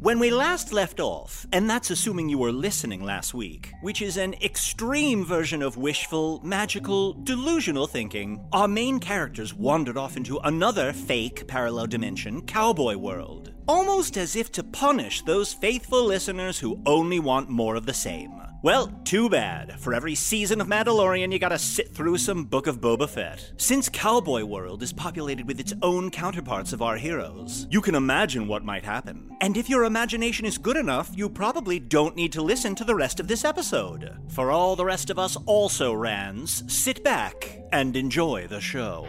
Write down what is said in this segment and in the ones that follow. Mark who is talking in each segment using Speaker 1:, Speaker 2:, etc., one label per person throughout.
Speaker 1: When we last left off, and that's assuming you were listening last week, which is an extreme version of wishful, magical, delusional thinking, our main characters wandered off into another fake parallel dimension, Cowboy World. Almost as if to punish those faithful listeners who only want more of the same. Well, too bad. For every season of Mandalorian, you gotta sit through some Book of Boba Fett. Since Cowboy World is populated with its own counterparts of our heroes, you can imagine what might happen. And if your imagination is good enough, you probably don't need to listen to the rest of this episode. For all the rest of us also rans, sit back and enjoy the show.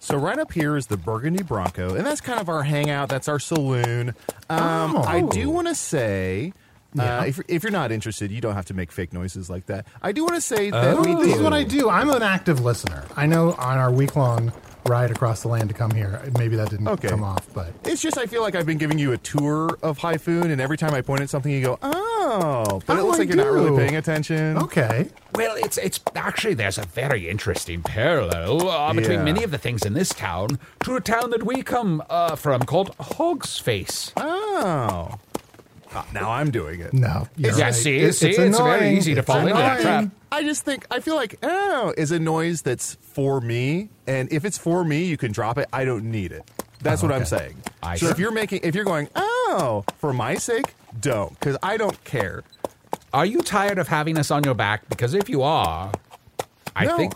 Speaker 2: So right up here is the Burgundy Bronco, and that's kind of our hangout. That's our saloon. Um,
Speaker 3: Oh.
Speaker 2: I do want to say. Uh, if, if you're not interested, you don't have to make fake noises like that. I do want to say that we
Speaker 4: this is
Speaker 2: do-
Speaker 4: what I do. I'm an active listener. I know on our week long ride across the land to come here, maybe that didn't
Speaker 2: Okay.
Speaker 4: come off, but
Speaker 2: It's just I feel like I've been giving you a tour of Hyphoon, and every time I point at something, you go, "Oh," but it
Speaker 4: Oh,
Speaker 2: looks
Speaker 4: I
Speaker 2: like you're not really
Speaker 4: do.
Speaker 2: paying attention.
Speaker 4: okay.
Speaker 3: Well, it's it's actually there's a very interesting parallel uh, between
Speaker 2: Yeah.
Speaker 3: many of the things in this town to a town that we come uh, from called Hog's Face.
Speaker 2: Oh, Ah, now I'm doing it.
Speaker 4: No. you're
Speaker 3: Yeah,
Speaker 4: right.
Speaker 3: see,
Speaker 4: It-
Speaker 3: see, it's very
Speaker 4: annoying.
Speaker 3: easy to
Speaker 4: It's
Speaker 3: fall into that
Speaker 4: annoying.
Speaker 3: trap.
Speaker 2: I just think I feel like "oh" is a noise that's for me, and if it's for me, you can drop it. I don't need it. That's
Speaker 3: Oh,
Speaker 2: what I'm saying.
Speaker 3: I
Speaker 2: so
Speaker 3: see.
Speaker 2: if you're making, if you're going, oh, for my sake, don't, because I don't care.
Speaker 3: Are you tired of having us on your back? Because if you are, I
Speaker 2: No.
Speaker 3: think.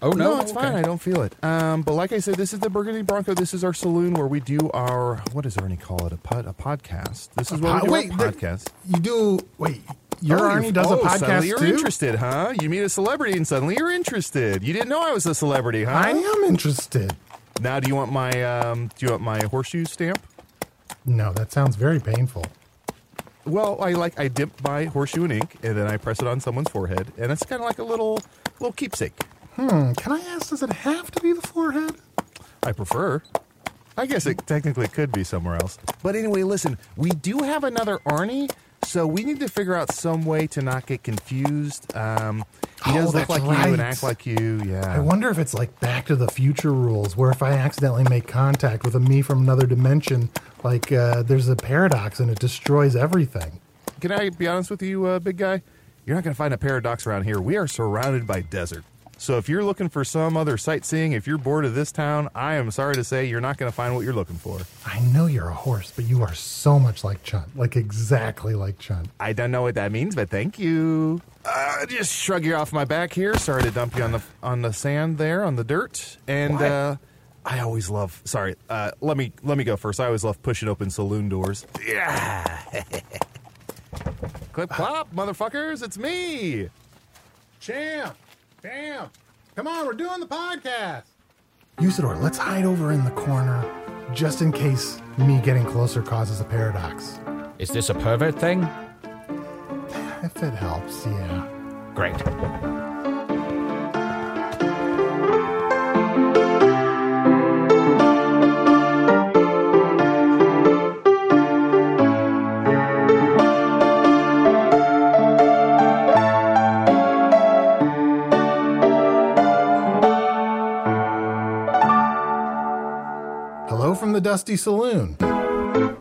Speaker 3: Oh no,
Speaker 2: it's
Speaker 3: Okay.
Speaker 2: fine. I don't feel it. Um, but like I said, this is the Burgundy Bronco. This is our saloon where we do our what does Ernie call it? A pod, a podcast. This is where
Speaker 4: Uh,
Speaker 2: we do
Speaker 4: wait,
Speaker 2: our
Speaker 4: there-
Speaker 2: podcast.
Speaker 4: You do. Wait, your
Speaker 2: Oh,
Speaker 4: Arnie
Speaker 2: you're-
Speaker 4: does a
Speaker 2: oh,
Speaker 4: podcast
Speaker 2: Suddenly you're
Speaker 4: too?
Speaker 2: interested, huh? You meet a celebrity and suddenly you're interested. You didn't know I was a celebrity, huh?
Speaker 4: I am interested.
Speaker 2: Now, do you want my um, do you want my horseshoe stamp?
Speaker 4: No, that sounds very painful.
Speaker 2: Well, I like I dip my horseshoe in ink and then I press it on someone's forehead, and it's kind of like a little little keepsake.
Speaker 4: Hmm, Can I ask, does it have to be the forehead?
Speaker 2: I prefer. I guess it technically could be somewhere else. But anyway, listen, we do have another Arnie, so we need to figure out some way to not get confused. Um, he
Speaker 4: Oh,
Speaker 2: does look
Speaker 4: that's
Speaker 2: like you
Speaker 4: right.
Speaker 2: and act like you. Yeah.
Speaker 4: I wonder if it's like Back to the Future rules, where if I accidentally make contact with a me from another dimension, like uh, there's a paradox and it destroys everything.
Speaker 2: Can I be honest with you, uh, big guy? You're not going to find a paradox around here. We are surrounded by desert. So if you're looking for some other sightseeing, if you're bored of this town, I am sorry to say you're not going to find what you're looking for.
Speaker 4: I know you're a horse, but you are so much like Chunt, like exactly like Chunt.
Speaker 2: I don't know what that means, but thank you. Uh, just shrug you off my back here. Sorry to dump you on the on the sand there, on the dirt. And uh, I always love. Sorry, uh, let me let me go first. I always love pushing open saloon doors. Yeah.
Speaker 4: Uh,
Speaker 2: Clip clop, motherfuckers! It's me.
Speaker 4: Champ, champ, come on, we're doing the podcast. Usador, let's hide over in the corner, just in case me getting closer causes a paradox.
Speaker 3: Is this a pervert thing?
Speaker 4: If it helps, yeah.
Speaker 3: Great.
Speaker 4: Hello from the Dusty Saloon,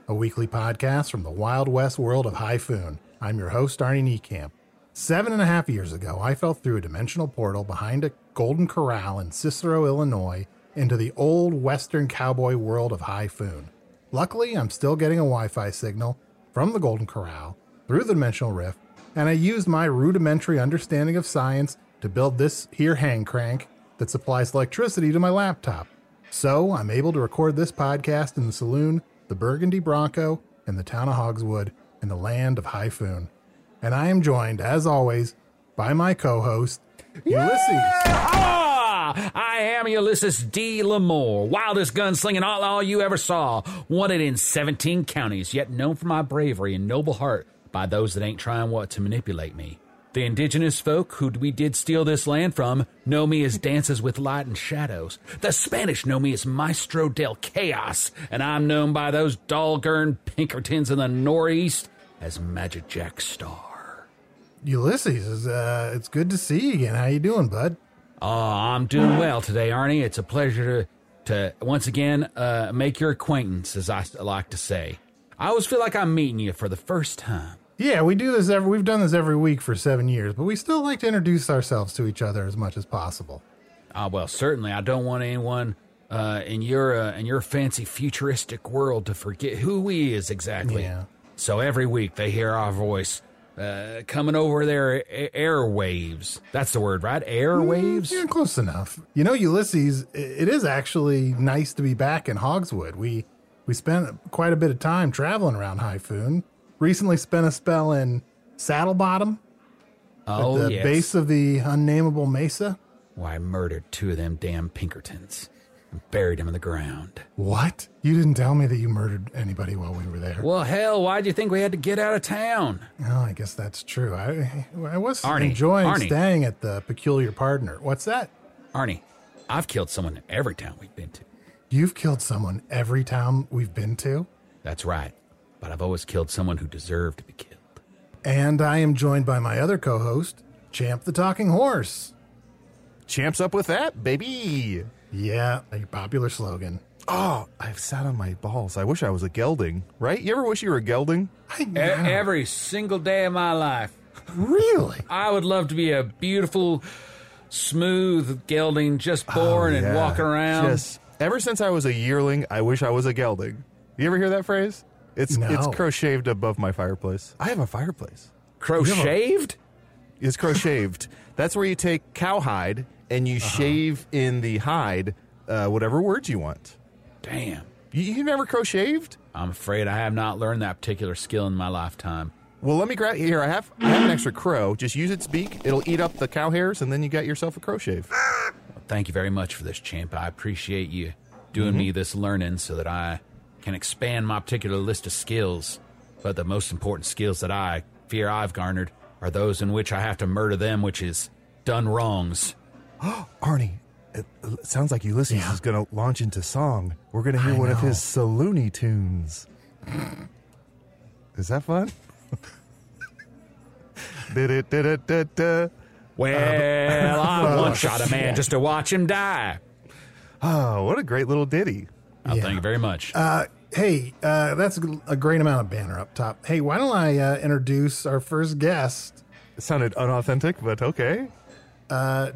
Speaker 4: a weekly podcast from the Wild West world of Hyphoon. I'm your host, Arnie Niekamp. Seven and a half years ago, I fell through a dimensional portal behind a golden corral in Cicero, Illinois, into the old Western cowboy world of Hyphoon. Luckily, I'm still getting a Wi Fi signal from the Golden Corral through the dimensional rift, and I used my rudimentary understanding of science to build this here hang crank that supplies electricity to my laptop. So I'm able to record this podcast in the saloon, the Burgundy Bronco, and the town of Hogswood, in the land of Hyphoon. And I am joined, as always, by my co host, Ulysses.
Speaker 3: Ah! I am Ulysses D. Lamore, wildest gunslinging outlaw you ever saw, wanted in 17 counties, yet known for my bravery and noble heart by those that ain't trying what to manipulate me. The indigenous folk who we did steal this land from know me as Dances with Light and Shadows. The Spanish know me as Maestro del Chaos, and I'm known by those doggone Pinkertons in the Northeast as Magic Jack Star.
Speaker 4: Ulysses, is, uh, it's good to see you again. How you doing, bud?
Speaker 3: Uh, I'm doing well today, Arnie. It's a pleasure to, to once again uh, make your acquaintance, as I s- like to say. I always feel like I'm meeting you for the first time.
Speaker 4: Yeah, we do this every. We've done this every week for seven years, but we still like to introduce ourselves to each other as much as possible.
Speaker 3: Ah, well, certainly, I don't want anyone uh, in your uh, in your fancy futuristic world to forget who we is exactly.
Speaker 4: Yeah.
Speaker 3: So every week they hear our voice uh, coming over their a- airwaves. That's the word, right? Airwaves.
Speaker 4: Mm, Yeah, close enough. You know, Ulysses, i- it is actually nice to be back in Hogswood. We we spent quite a bit of time traveling around Hyphoon. Recently spent a spell in Saddle Bottom
Speaker 3: oh
Speaker 4: at the
Speaker 3: yes.
Speaker 4: base of the unnamable mesa.
Speaker 3: Why I murdered two of them damn Pinkertons and buried them in the ground.
Speaker 4: What? You didn't tell me that you murdered anybody while we were there.
Speaker 3: Well, hell, why'd you think we had to get out of town?
Speaker 4: Oh, I guess that's true. I I was
Speaker 3: Arnie,
Speaker 4: enjoying
Speaker 3: Arnie.
Speaker 4: staying at the Peculiar Partner. What's that?
Speaker 3: Arnie, I've killed someone in every town we've been to.
Speaker 4: You've killed someone every town we've been to.
Speaker 3: That's right. But I've always killed someone who deserved to be killed.
Speaker 4: And I am joined by my other co host, Champ the Talking Horse.
Speaker 2: Champs up with that, baby.
Speaker 4: Yeah, a popular slogan.
Speaker 2: Oh, I've sat on my balls. I wish I was a gelding, right? You ever wish you were a gelding?
Speaker 4: I
Speaker 3: E- every single day of my life,
Speaker 4: really?
Speaker 3: I would love to be a beautiful, smooth gelding, just born and
Speaker 2: Oh, Yeah.
Speaker 3: walking around.
Speaker 2: Just- ever since I was a yearling, I wish I was a gelding. You ever hear that phrase? It's
Speaker 4: No.
Speaker 2: it's crocheted above my fireplace. I have a fireplace.
Speaker 3: Crocheted?
Speaker 2: It's crocheted. That's where you take cowhide and you shave in the hide uh, whatever words you want.
Speaker 3: Damn.
Speaker 2: You, you never crocheted?
Speaker 3: I'm afraid I have not learned that particular skill in my lifetime.
Speaker 2: Well, let me grab here. I have I have an extra crow. Just use its beak. It'll eat up the cow hairs, and then you got yourself a crow shave.
Speaker 3: Thank you very much for this, champ. I appreciate you doing me this learning so that I can expand my particular list of skills. But the most important skills that I fear I've garnered are those in which I have to murder them, which is done wrongs.
Speaker 2: Arnie, it, it sounds like Ulysses is going to launch into song. We're going to hear one of his saloony tunes. is that fun? Da-da-da-da-da-da.
Speaker 3: Well, I
Speaker 2: uh,
Speaker 3: one shot a man just to watch him die.
Speaker 2: oh, what a great little ditty.
Speaker 3: Oh, Thank you very much.
Speaker 4: Hey, uh, that's a- a great amount of banner up top. Hey, why don't I uh, introduce our first guest,
Speaker 2: It sounded unauthentic, but okay.
Speaker 4: Uh,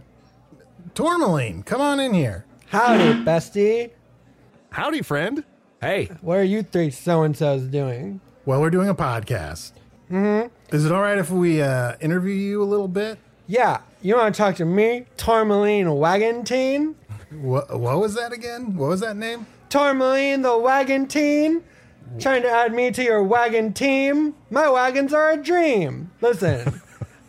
Speaker 4: Tourmaline? Come on in here.
Speaker 5: Howdy, bestie.
Speaker 2: Howdy, friend.
Speaker 3: hey,
Speaker 5: What are you three so and so's doing?
Speaker 4: Well, we're doing a podcast. Mm-hmm. Is it all right if we uh, interview you a little bit?
Speaker 5: Yeah, you want to talk to me, Tourmaline Wagantine?
Speaker 4: What, what was that again? What was that name?
Speaker 5: Tourmaline the Wagantine? Trying to add me to your wagon team? My wagons are a dream. Listen,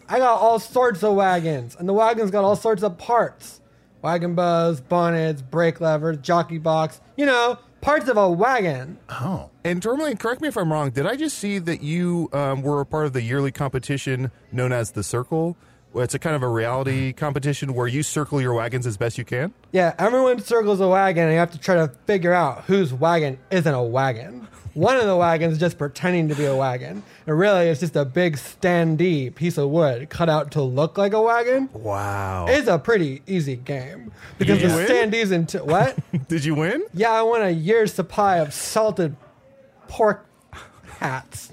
Speaker 5: I got all sorts of wagons, and the wagons got all sorts of parts wagon bows, bonnets, brake levers, jockey box, you know, parts of a wagon.
Speaker 4: Oh,
Speaker 2: And Tourmaline, correct me if I'm wrong. Did I just see that you um, were a part of the yearly competition known as the Circle? Well, It's a kind of a reality competition where you circle your wagons as best you can.
Speaker 5: Yeah, everyone circles a wagon, and you have to try to figure out whose wagon isn't a wagon. One of the wagons is just pretending to be a wagon, and really it's just a big standee piece of wood cut out to look like a wagon.
Speaker 2: Wow!
Speaker 5: It's a pretty easy game because
Speaker 2: Did you
Speaker 5: the
Speaker 2: win?
Speaker 5: standees and t- what?
Speaker 2: Did you win?
Speaker 5: yeah, I want a year's supply of salted pork hats.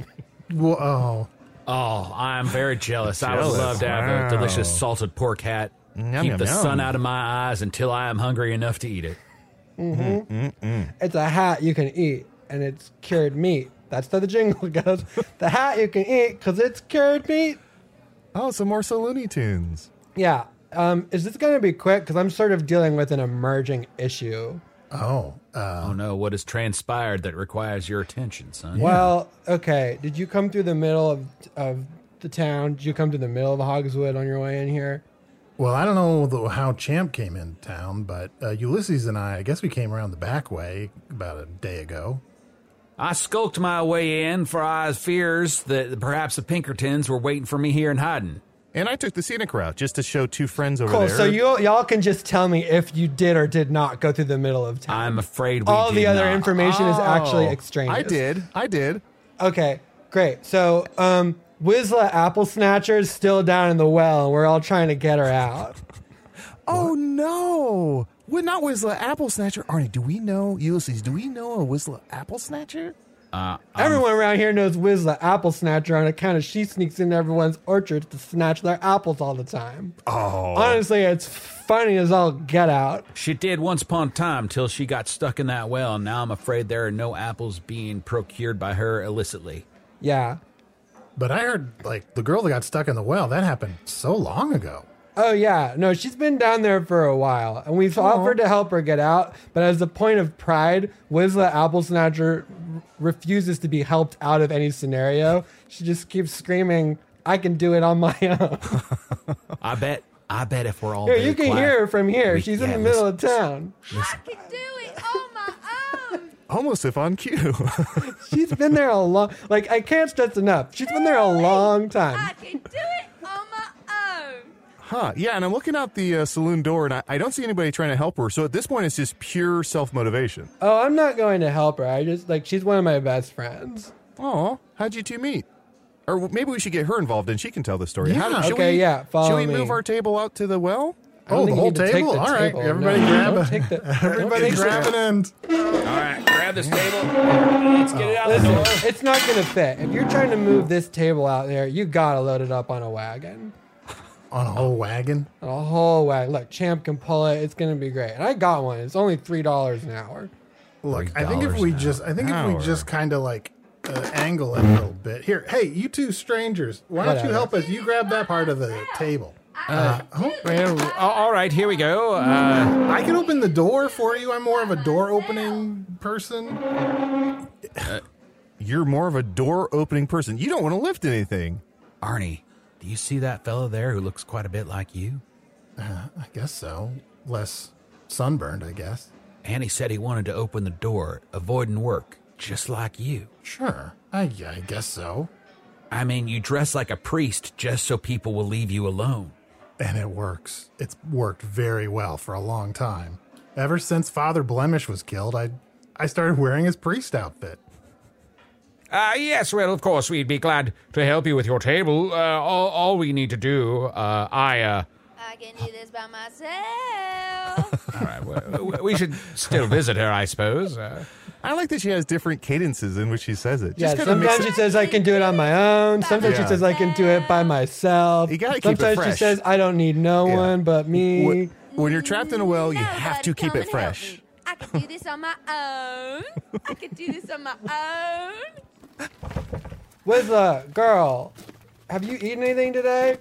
Speaker 4: whoa!
Speaker 3: Oh, I'm very jealous. I would
Speaker 2: Jealous.
Speaker 3: love to have
Speaker 2: Wow.
Speaker 3: a delicious salted pork hat.
Speaker 2: Yum,
Speaker 3: Keep
Speaker 2: yum,
Speaker 3: the
Speaker 2: yum.
Speaker 3: sun out of my eyes until I am hungry enough to eat it.
Speaker 5: Mm-hmm.
Speaker 2: Mm-hmm.
Speaker 5: It's a hat you can eat, and it's cured meat. That's how the jingle goes. The hat you can eat because it's cured meat.
Speaker 2: Oh, some more so Looney Tunes.
Speaker 5: Yeah. Um, is this going to be quick? Because I'm sort of dealing with an emerging issue.
Speaker 4: Oh, uh,
Speaker 3: Oh no, what has transpired that requires your attention, son?
Speaker 5: Well, okay. Did you come through the middle of, of the town? Did you come through the middle of Hogswood on your way in here?
Speaker 4: well, I don't know the, how Champ came in town, but uh, Ulysses and I, I guess we came around the back way about a day ago.
Speaker 3: I skulked my way in, for I had fears that perhaps the Pinkertons were waiting for me here in hiding.
Speaker 2: And I took the scenic route just to show two friends over
Speaker 5: Cool.
Speaker 2: there.
Speaker 5: So you y'all can just tell me if you did or did not go through the middle of town.
Speaker 3: I'm afraid we
Speaker 5: All the
Speaker 3: did
Speaker 5: other
Speaker 3: not.
Speaker 5: information is actually
Speaker 2: Oh,
Speaker 5: extraneous.
Speaker 2: I did. I did.
Speaker 5: Okay, great. So, um, Wizla Apple Snatcher is still down in the well, and we're all trying to get her out.
Speaker 2: Oh no! We're not Whistler Apple Snatcher, Arnie. Oh, Do we know Ulysses? Do we know a Whistler Apple Snatcher?
Speaker 3: Um,
Speaker 5: Everyone around here knows Wizla Apple Snatcher on account of she sneaks into everyone's orchards to snatch their apples all the time. Oh. Honestly, it's funny as all get out.
Speaker 3: She did once upon a time till she got stuck in that well, and now I'm afraid there are no apples being procured by her illicitly.
Speaker 5: Yeah.
Speaker 4: But I heard like the girl that got stuck in the well that happened so long ago.
Speaker 5: Oh, yeah. No, she's been down there for a while, and we've offered to help her get out, but as a point of pride, Wizla Apple Snatcher r- refuses to be helped out of any scenario. She just keeps screaming, I can do it on my own.
Speaker 3: I bet. I bet if we're all
Speaker 5: Here,
Speaker 3: very
Speaker 5: you can
Speaker 3: quiet-
Speaker 5: hear her from here.
Speaker 3: We-
Speaker 5: She's in
Speaker 3: yeah,
Speaker 5: the middle
Speaker 3: listen-
Speaker 5: of town.
Speaker 6: I can do it on my own.
Speaker 2: Almost if on cue.
Speaker 5: She's been there a long like I can't stress enough. She's been there a long
Speaker 6: I
Speaker 5: time.
Speaker 6: can do it on my own.
Speaker 2: huh? Yeah. And I'm looking out the uh, saloon door, and I, I don't see anybody trying to help her. So at this point, it's just pure self motivation.
Speaker 5: Oh, I'm not going to help her. I just like she's one of my best friends.
Speaker 2: Oh, how'd you two meet? Or w- maybe we should get her involved, and she can tell the story.
Speaker 4: Yeah.
Speaker 2: How did- should
Speaker 5: Okay,
Speaker 2: we-
Speaker 5: yeah, follow
Speaker 2: Should we
Speaker 5: me.
Speaker 2: move our table out to the well?
Speaker 5: I don't
Speaker 4: Oh, the
Speaker 5: think you
Speaker 4: whole
Speaker 5: need to take
Speaker 4: table?
Speaker 5: the
Speaker 4: All right,
Speaker 5: table.
Speaker 4: everybody
Speaker 5: No,
Speaker 4: grab
Speaker 5: don't
Speaker 4: a-
Speaker 5: take the-
Speaker 4: Everybody grab an end.
Speaker 3: All right, grab this table. Let's get it out of the door.
Speaker 5: Listen, it's not gonna fit. If you're trying to move this table out there, you gotta load it up on a wagon.
Speaker 4: on a whole wagon.
Speaker 5: A whole wagon. Look, Champ can pull it. It's gonna be great. And I got one. It's only three dollars an hour.
Speaker 4: Look, I think if we just, I think if
Speaker 2: Hour.
Speaker 4: we just kind of like uh, angle it a little bit. Here, hey, you two strangers, why don't you
Speaker 5: Whatever.
Speaker 4: help us? You grab that part of the table.
Speaker 5: Uh,
Speaker 3: Well, a- Uh, oh, all right, here we go. Uh,
Speaker 4: I can open the door for you. I'm more of a door opening person. Uh,
Speaker 2: You're more of a door opening person. You don't want to lift anything.
Speaker 3: Arnie, do you see that fellow there who looks quite a bit like you?
Speaker 4: I guess so. Less sunburned, I guess.
Speaker 3: And he said he wanted to open the door, avoiding work, just like you.
Speaker 4: Sure. I, yeah, I guess so.
Speaker 3: I mean, you dress like a priest just so people will leave you alone.
Speaker 4: And it works. It's worked very well for a long time. Ever since Father Blemish was killed, I I started wearing his priest outfit.
Speaker 3: Uh, yes, well, of course, we'd be glad to help you with your table. Uh, all, all we need to do, uh, I, uh,
Speaker 6: I can do this by myself.
Speaker 3: all right, we, we should still visit her, I suppose. Uh,
Speaker 2: I like that she has different cadences in which she says it.
Speaker 5: Yeah,
Speaker 2: Just kinda mix
Speaker 5: sometimes she
Speaker 2: it-
Speaker 5: says I can do it on my own. Sometimes
Speaker 2: Yeah.
Speaker 5: she says I can do it by myself.
Speaker 2: You gotta keep it
Speaker 5: sometimes
Speaker 2: fresh.
Speaker 5: she says I don't need no
Speaker 2: Yeah.
Speaker 5: one but me.
Speaker 2: Wh- when you're trapped in a well, you have to
Speaker 6: Nobody
Speaker 2: keep
Speaker 6: come
Speaker 2: it
Speaker 6: and help
Speaker 2: fresh.
Speaker 6: me. I can do this on my own. I can do this on my own.
Speaker 5: Wizla, girl, have you eaten anything today?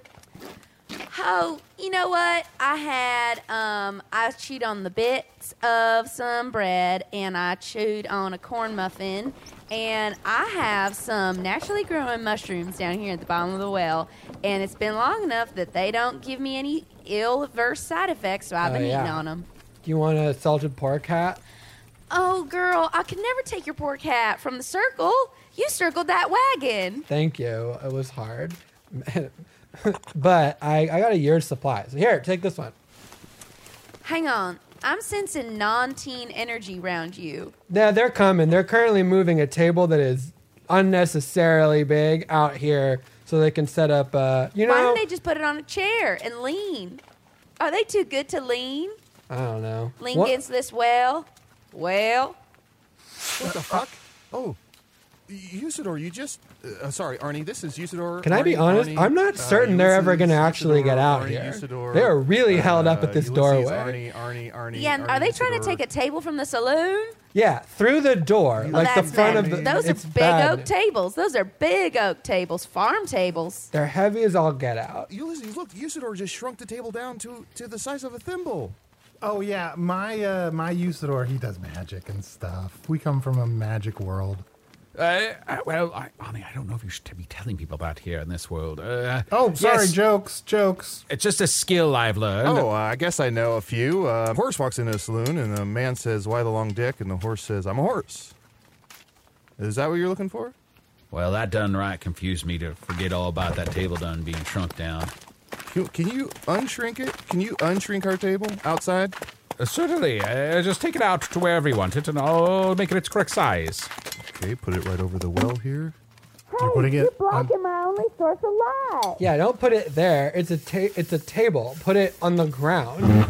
Speaker 6: Oh, you know what? I had um I chewed on the bits of some bread and I chewed on a corn muffin and I have some naturally growing mushrooms down here at the bottom of the well and it's been long enough that they don't give me any ill adverse side effects so I've
Speaker 5: Oh,
Speaker 6: been
Speaker 5: yeah.
Speaker 6: eating on them.
Speaker 5: Do you want a salted pork hat?
Speaker 6: Oh, girl, I could never take your poor cat from the circle. You circled that wagon.
Speaker 5: Thank you. It was hard. but I, I got a year's supply. So here, take this one.
Speaker 6: Hang on. I'm sensing non teen energy around you.
Speaker 5: Yeah, they're coming. They're currently moving a table that is unnecessarily big out here so they can set up uh you know
Speaker 6: Why don't they just put it on a chair and lean? Are they too good to lean?
Speaker 5: I don't know.
Speaker 6: Lean
Speaker 5: What-
Speaker 6: against this well? Well,
Speaker 2: What the fuck? Oh, Usador, you just. Uh, sorry, Arnie. This is Usador.
Speaker 5: Can I be
Speaker 2: Arnie,
Speaker 5: honest?
Speaker 2: Arnie,
Speaker 5: I'm not
Speaker 2: uh,
Speaker 5: certain they're ever
Speaker 2: Ulysses,
Speaker 5: going to actually get
Speaker 2: Usador,
Speaker 5: out
Speaker 2: Arnie,
Speaker 5: here.
Speaker 2: Usador,
Speaker 5: they are really
Speaker 2: uh,
Speaker 5: held up at this
Speaker 2: Ulysses,
Speaker 5: doorway.
Speaker 2: Arnie, Arnie, Arnie.
Speaker 6: yeah, and
Speaker 2: Arnie,
Speaker 6: are they trying to take a
Speaker 2: Usador.
Speaker 6: table from the saloon?
Speaker 5: Yeah, through the door,
Speaker 2: Oh,
Speaker 6: Well,
Speaker 5: like the
Speaker 6: that's
Speaker 5: front
Speaker 6: bad.
Speaker 5: of the.
Speaker 6: Those
Speaker 5: it's
Speaker 6: are big
Speaker 5: bad.
Speaker 6: oak tables. Those are big oak tables, farm tables.
Speaker 5: They're heavy as all get out.
Speaker 2: Ulysses, look, Usador just shrunk the table down to to the size of a thimble.
Speaker 4: Oh yeah, my uh, my Usador, he does magic and stuff. We come from a magic world.
Speaker 3: Uh, uh, well, I, Arnie, I don't know if you should be telling people about here in this world. Uh,
Speaker 4: Oh,
Speaker 3: yes,
Speaker 4: sorry, jokes, jokes.
Speaker 3: It's just a skill I've learned.
Speaker 2: Oh, uh, I guess I know a few. Uh, horse walks into a saloon, and the man says, "Why the long dick?" And the horse says, "I'm a horse." Is that what you're looking for?
Speaker 3: Well, that done right confused me to forget all about that table done being shrunk down.
Speaker 2: Can, can you unshrink it? Can you unshrink our table outside?
Speaker 3: Uh, certainly. Uh, just take it out to wherever you want it, and I'll make it its correct size.
Speaker 2: Okay, put it right over the well here.
Speaker 4: You're putting it on,
Speaker 6: my only source of light.
Speaker 5: Yeah, don't put it there. It's a ta- it's a table. Put it on the ground.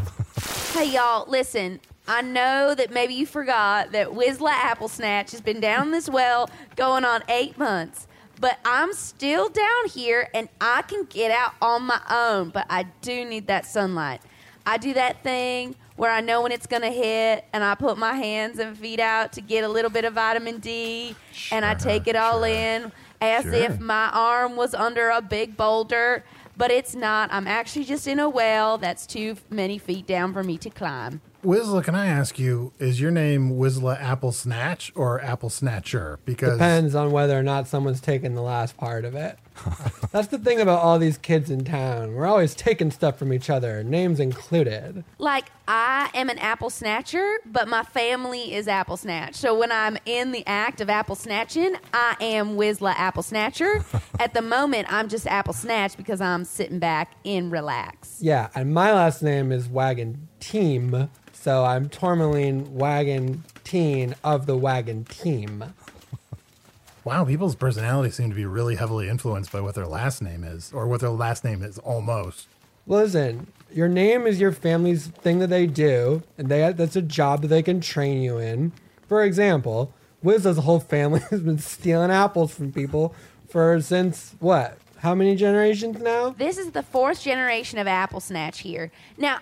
Speaker 6: Hey, y'all, listen. I know that maybe you forgot that Whistler Apple Snatch has been down this well going on eight months, but I'm still down here and I can get out on my own, but I do need that sunlight. I do that thing where I know when it's going to hit and I put my hands and feet out to get a little bit of vitamin D and I take it all in as
Speaker 2: Sure.
Speaker 6: if my arm was under a big boulder, but it's not. I'm actually just in a well that's too many feet down for me to climb.
Speaker 4: Wizla, can I ask you, is your name Wizla Apple Snatch or Apple Snatcher? Because
Speaker 5: Depends on whether or not someone's taking the last part of it. That's the thing about all these kids in town. We're always taking stuff from each other, names included.
Speaker 6: Like, I am an apple snatcher, but my family is apple snatch. So when I'm in the act of apple snatching, I am Whistler apple snatcher. At the moment, I'm just apple snatch because I'm sitting back and relax.
Speaker 5: Yeah, and my last name is Wagon Team, so I'm Tourmaline Wagon Teen of the Wagon Team.
Speaker 4: wow, people's personalities seem to be really heavily influenced by what their last name is, or what their last name is almost.
Speaker 5: Listen, your name is your family's thing that they do, and they that's a job that they can train you in. For example, Wiz's whole family has been stealing apples from people for since what? How many generations now?
Speaker 6: This is the fourth generation of apple snatch here. Now,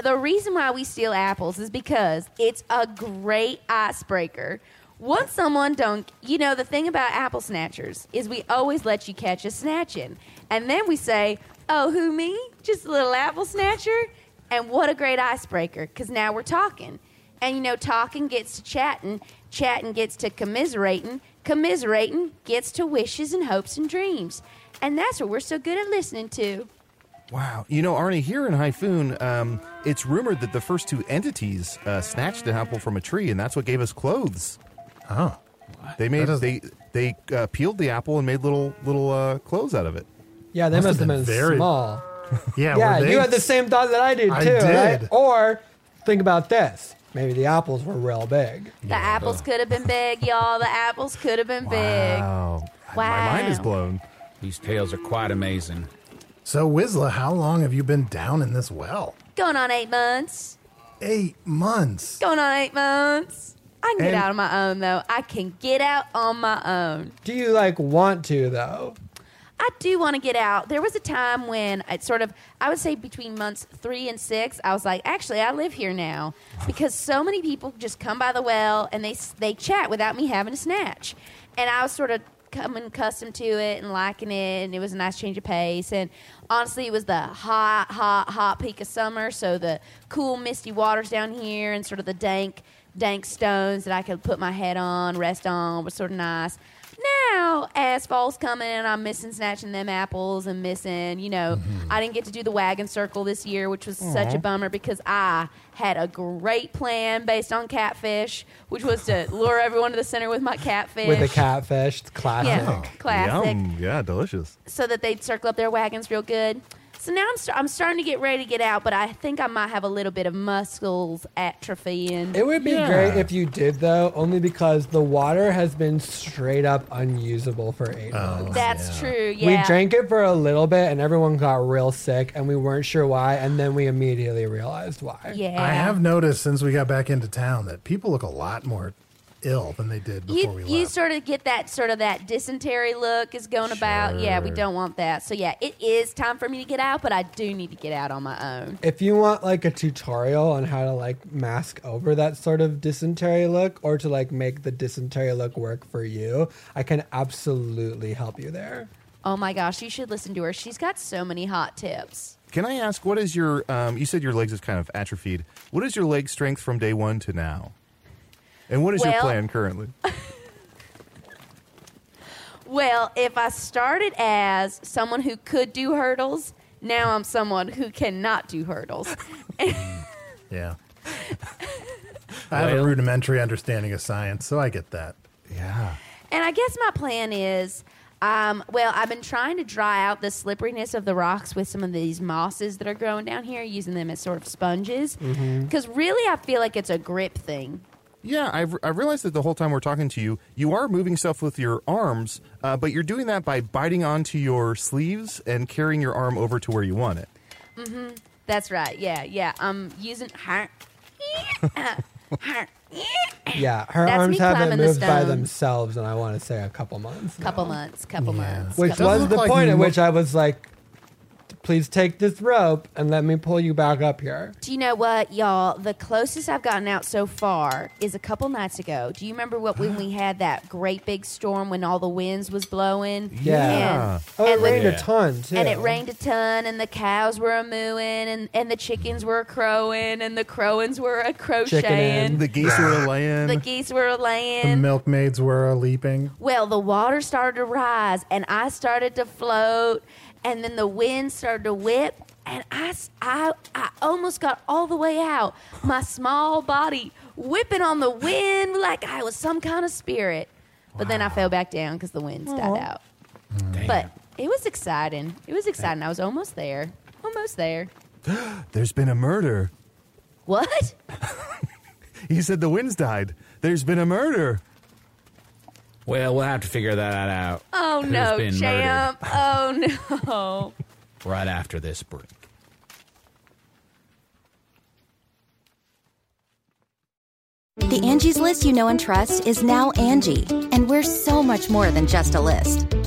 Speaker 6: the reason why we steal apples is because it's a great icebreaker. Once someone don't, you know, the thing about apple snatchers is we always let you catch a snatching, and then we say, "Oh, who me? Just a little apple snatcher." And what a great icebreaker, because now we're talking. And you know, talking gets to chatting, chatting gets to commiserating, commiserating gets to wishes and hopes and dreams. And that's what we're so good at listening to.
Speaker 2: Wow. You know, Arnie, here in Hyphoon, um, it's rumored that the first two entities uh, snatched an apple from a tree, and that's what gave us clothes.
Speaker 4: Oh,
Speaker 2: They made
Speaker 4: That
Speaker 2: they they uh, peeled the apple and made little little uh, clothes out of it.
Speaker 5: Yeah, they
Speaker 4: Must
Speaker 5: must, have
Speaker 4: have
Speaker 5: been,
Speaker 4: been very-
Speaker 5: small.
Speaker 4: yeah.
Speaker 5: Yeah,
Speaker 4: were they-
Speaker 5: you had the same thought that I did too.
Speaker 4: I
Speaker 5: right?
Speaker 4: did.
Speaker 5: Or think about this. Maybe the apples were real big.
Speaker 6: The apples could have been big, y'all. The apples could have been
Speaker 2: Wow. My mind is
Speaker 6: Wow.
Speaker 2: blown.
Speaker 3: These tales are quite amazing.
Speaker 4: So, Wizla, how long have you been down in this well?
Speaker 6: big. Going on eight months.
Speaker 4: Eight months.
Speaker 6: Going on eight months. I can get
Speaker 2: And-
Speaker 6: out on my own, though. I can get out on my own.
Speaker 5: Do you like want to though?
Speaker 6: I do want to get out. There was a time when it sort of, I would say between months three and six, I was like, actually, I live here now because so many people just come by the well and they s- they chat without me having to snatch, and I was sort of coming accustomed to it and liking it, and it was a nice change of pace. And honestly, it was the hot, hot, hot peak of summer, so the cool, misty waters down here and sort of the dank, dank stones that I could put my head on, rest on was sort of nice. Now, as fall's coming and I'm missing snatching them apples and missing, you know,
Speaker 5: Mm-hmm.
Speaker 6: I didn't get to do the wagon circle this year, which was such a bummer because I had a great plan based on catfish, which was to lure everyone to the center with my catfish.
Speaker 5: with a catfish. It's classic.
Speaker 6: Yeah, classic
Speaker 2: Yum. Yeah, delicious.
Speaker 6: so that they'd circle up their wagons real good. So now I'm, st- I'm starting to get ready to get out, but I think I might have a little bit of muscles atrophy in.
Speaker 5: It would be great if you did though, only because the water has been straight up unusable for eight
Speaker 6: Oh.
Speaker 5: months.
Speaker 6: That's true.
Speaker 5: Oh, We
Speaker 6: Yeah.
Speaker 5: drank it for a little bit and everyone got real sick and we weren't sure why and then we immediately realized why.
Speaker 6: Yeah.
Speaker 4: I have noticed since we got back into town that people look a lot more ill than they did before
Speaker 6: You,
Speaker 4: we
Speaker 6: you
Speaker 4: left.
Speaker 6: sort of get that sort of that dysentery look is going about. Yeah, we don't want that. So yeah, it is time for me to get out, but I do need to get out on my own.
Speaker 5: If you want like a tutorial on how to like mask over that sort of dysentery look or to like make the dysentery look work for you, I can absolutely help you there.
Speaker 6: Oh my gosh, you should listen to her. She's got so many hot tips.
Speaker 2: Can I ask what is your? Um, you said your legs is kind of atrophied. What is your leg strength from day one to now? And what is your
Speaker 6: Well-
Speaker 2: plan currently?
Speaker 6: Well, if I started as someone who could do hurdles, now I'm someone who cannot do hurdles.
Speaker 4: Yeah. I have a rudimentary understanding of science, so I get that.
Speaker 2: Yeah.
Speaker 6: And I guess my plan is, um, well, I've been trying to dry out the slipperiness of the rocks with some of these mosses that are growing down here, using them as sort of sponges.
Speaker 5: Mm-hmm.
Speaker 6: Because really, I feel like it's a grip thing.
Speaker 2: Yeah, I've, I realized that the whole time we're talking to you, you are moving stuff with your arms, uh, but you're doing that by biting onto your sleeves and carrying your arm over to where you want it.
Speaker 6: Mm-hmm. That's right. Yeah, yeah. I'm using her.
Speaker 5: Yeah, her
Speaker 6: That's
Speaker 5: arms
Speaker 6: me
Speaker 5: haven't
Speaker 6: climbing the
Speaker 5: moved by
Speaker 6: stone.
Speaker 5: themselves in I want to say a couple months. now.
Speaker 6: Couple months, couple months.
Speaker 5: Which
Speaker 6: couple
Speaker 5: was
Speaker 4: look
Speaker 5: the
Speaker 4: like
Speaker 5: point at
Speaker 4: mo-
Speaker 5: which I was like, please take this rope and let me pull you back up here.
Speaker 6: Do you know what, y'all? The closest I've gotten out so far is a couple nights ago. Do you remember what when we had that great big storm when all the winds was blowing?
Speaker 5: Yeah.
Speaker 6: And,
Speaker 5: Oh, it
Speaker 6: and the-
Speaker 5: rained a ton too.
Speaker 6: and it rained a ton, and the cows were a mooing, and, and the chickens were a crowing, and the crowins were a crocheting.
Speaker 5: Chickening.
Speaker 2: The geese are
Speaker 6: The
Speaker 2: laying.
Speaker 6: geese were a
Speaker 4: The
Speaker 6: laying.
Speaker 4: milkmaids were a leaping.
Speaker 6: well, the water started to rise, and I started to float, and then the wind started to whip, and I, s- I- I almost got all the way out. My small body whipping on the wind like I was some kind of spirit. But then I fell back down because the winds died out. But it was exciting. It was exciting. I was almost there. Almost there.
Speaker 2: There's been a murder.
Speaker 6: What?
Speaker 2: He said the winds died. There's been a murder.
Speaker 7: Well, we'll have to figure that out.
Speaker 6: Oh
Speaker 7: Who's
Speaker 6: no,
Speaker 7: been
Speaker 6: champ. Oh no.
Speaker 7: murdered Right after this break.
Speaker 8: The Angie's list you know and trust is now Angie, and we're so much more than just a list.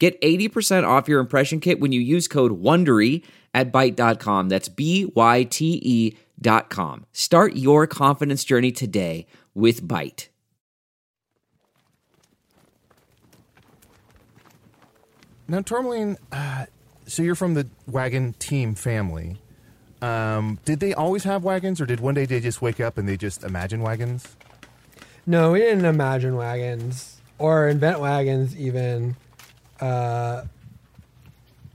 Speaker 9: Get 80% off your impression kit when you use code WONDERY at Byte.com. That's B-Y-T-E E dot com. Start your confidence journey today with Byte.
Speaker 2: Now, Tourmaline, uh, so you're from the wagon team family. Um, did they always have wagons, or did one day they just wake up and they just imagine wagons?
Speaker 5: No, we didn't imagine wagons or invent wagons even. Uh,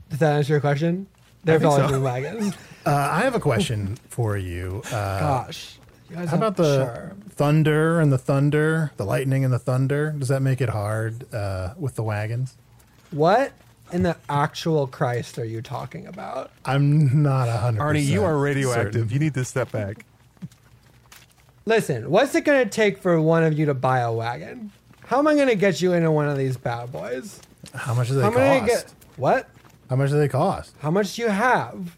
Speaker 5: does that answer your question? There've always been wagons.
Speaker 4: Uh, I have a question for you. Uh,
Speaker 5: Gosh. You guys
Speaker 4: how
Speaker 5: have
Speaker 4: about the
Speaker 5: sharp-
Speaker 4: thunder and the thunder, the lightning and the thunder? Does that make it hard uh, with the wagons?
Speaker 5: What? in the actual Christ are you talking about?
Speaker 4: I'm not a hundred.
Speaker 2: Arnie, you are
Speaker 4: certain.
Speaker 2: radioactive. You need to step back.
Speaker 5: Listen, what's it going to take for one of you to buy a wagon? How am I going to get you into one of these bad boys?
Speaker 4: How much do they
Speaker 5: How am
Speaker 4: cost?
Speaker 5: I gonna get? What?
Speaker 4: How much do they cost?
Speaker 5: How much do you have?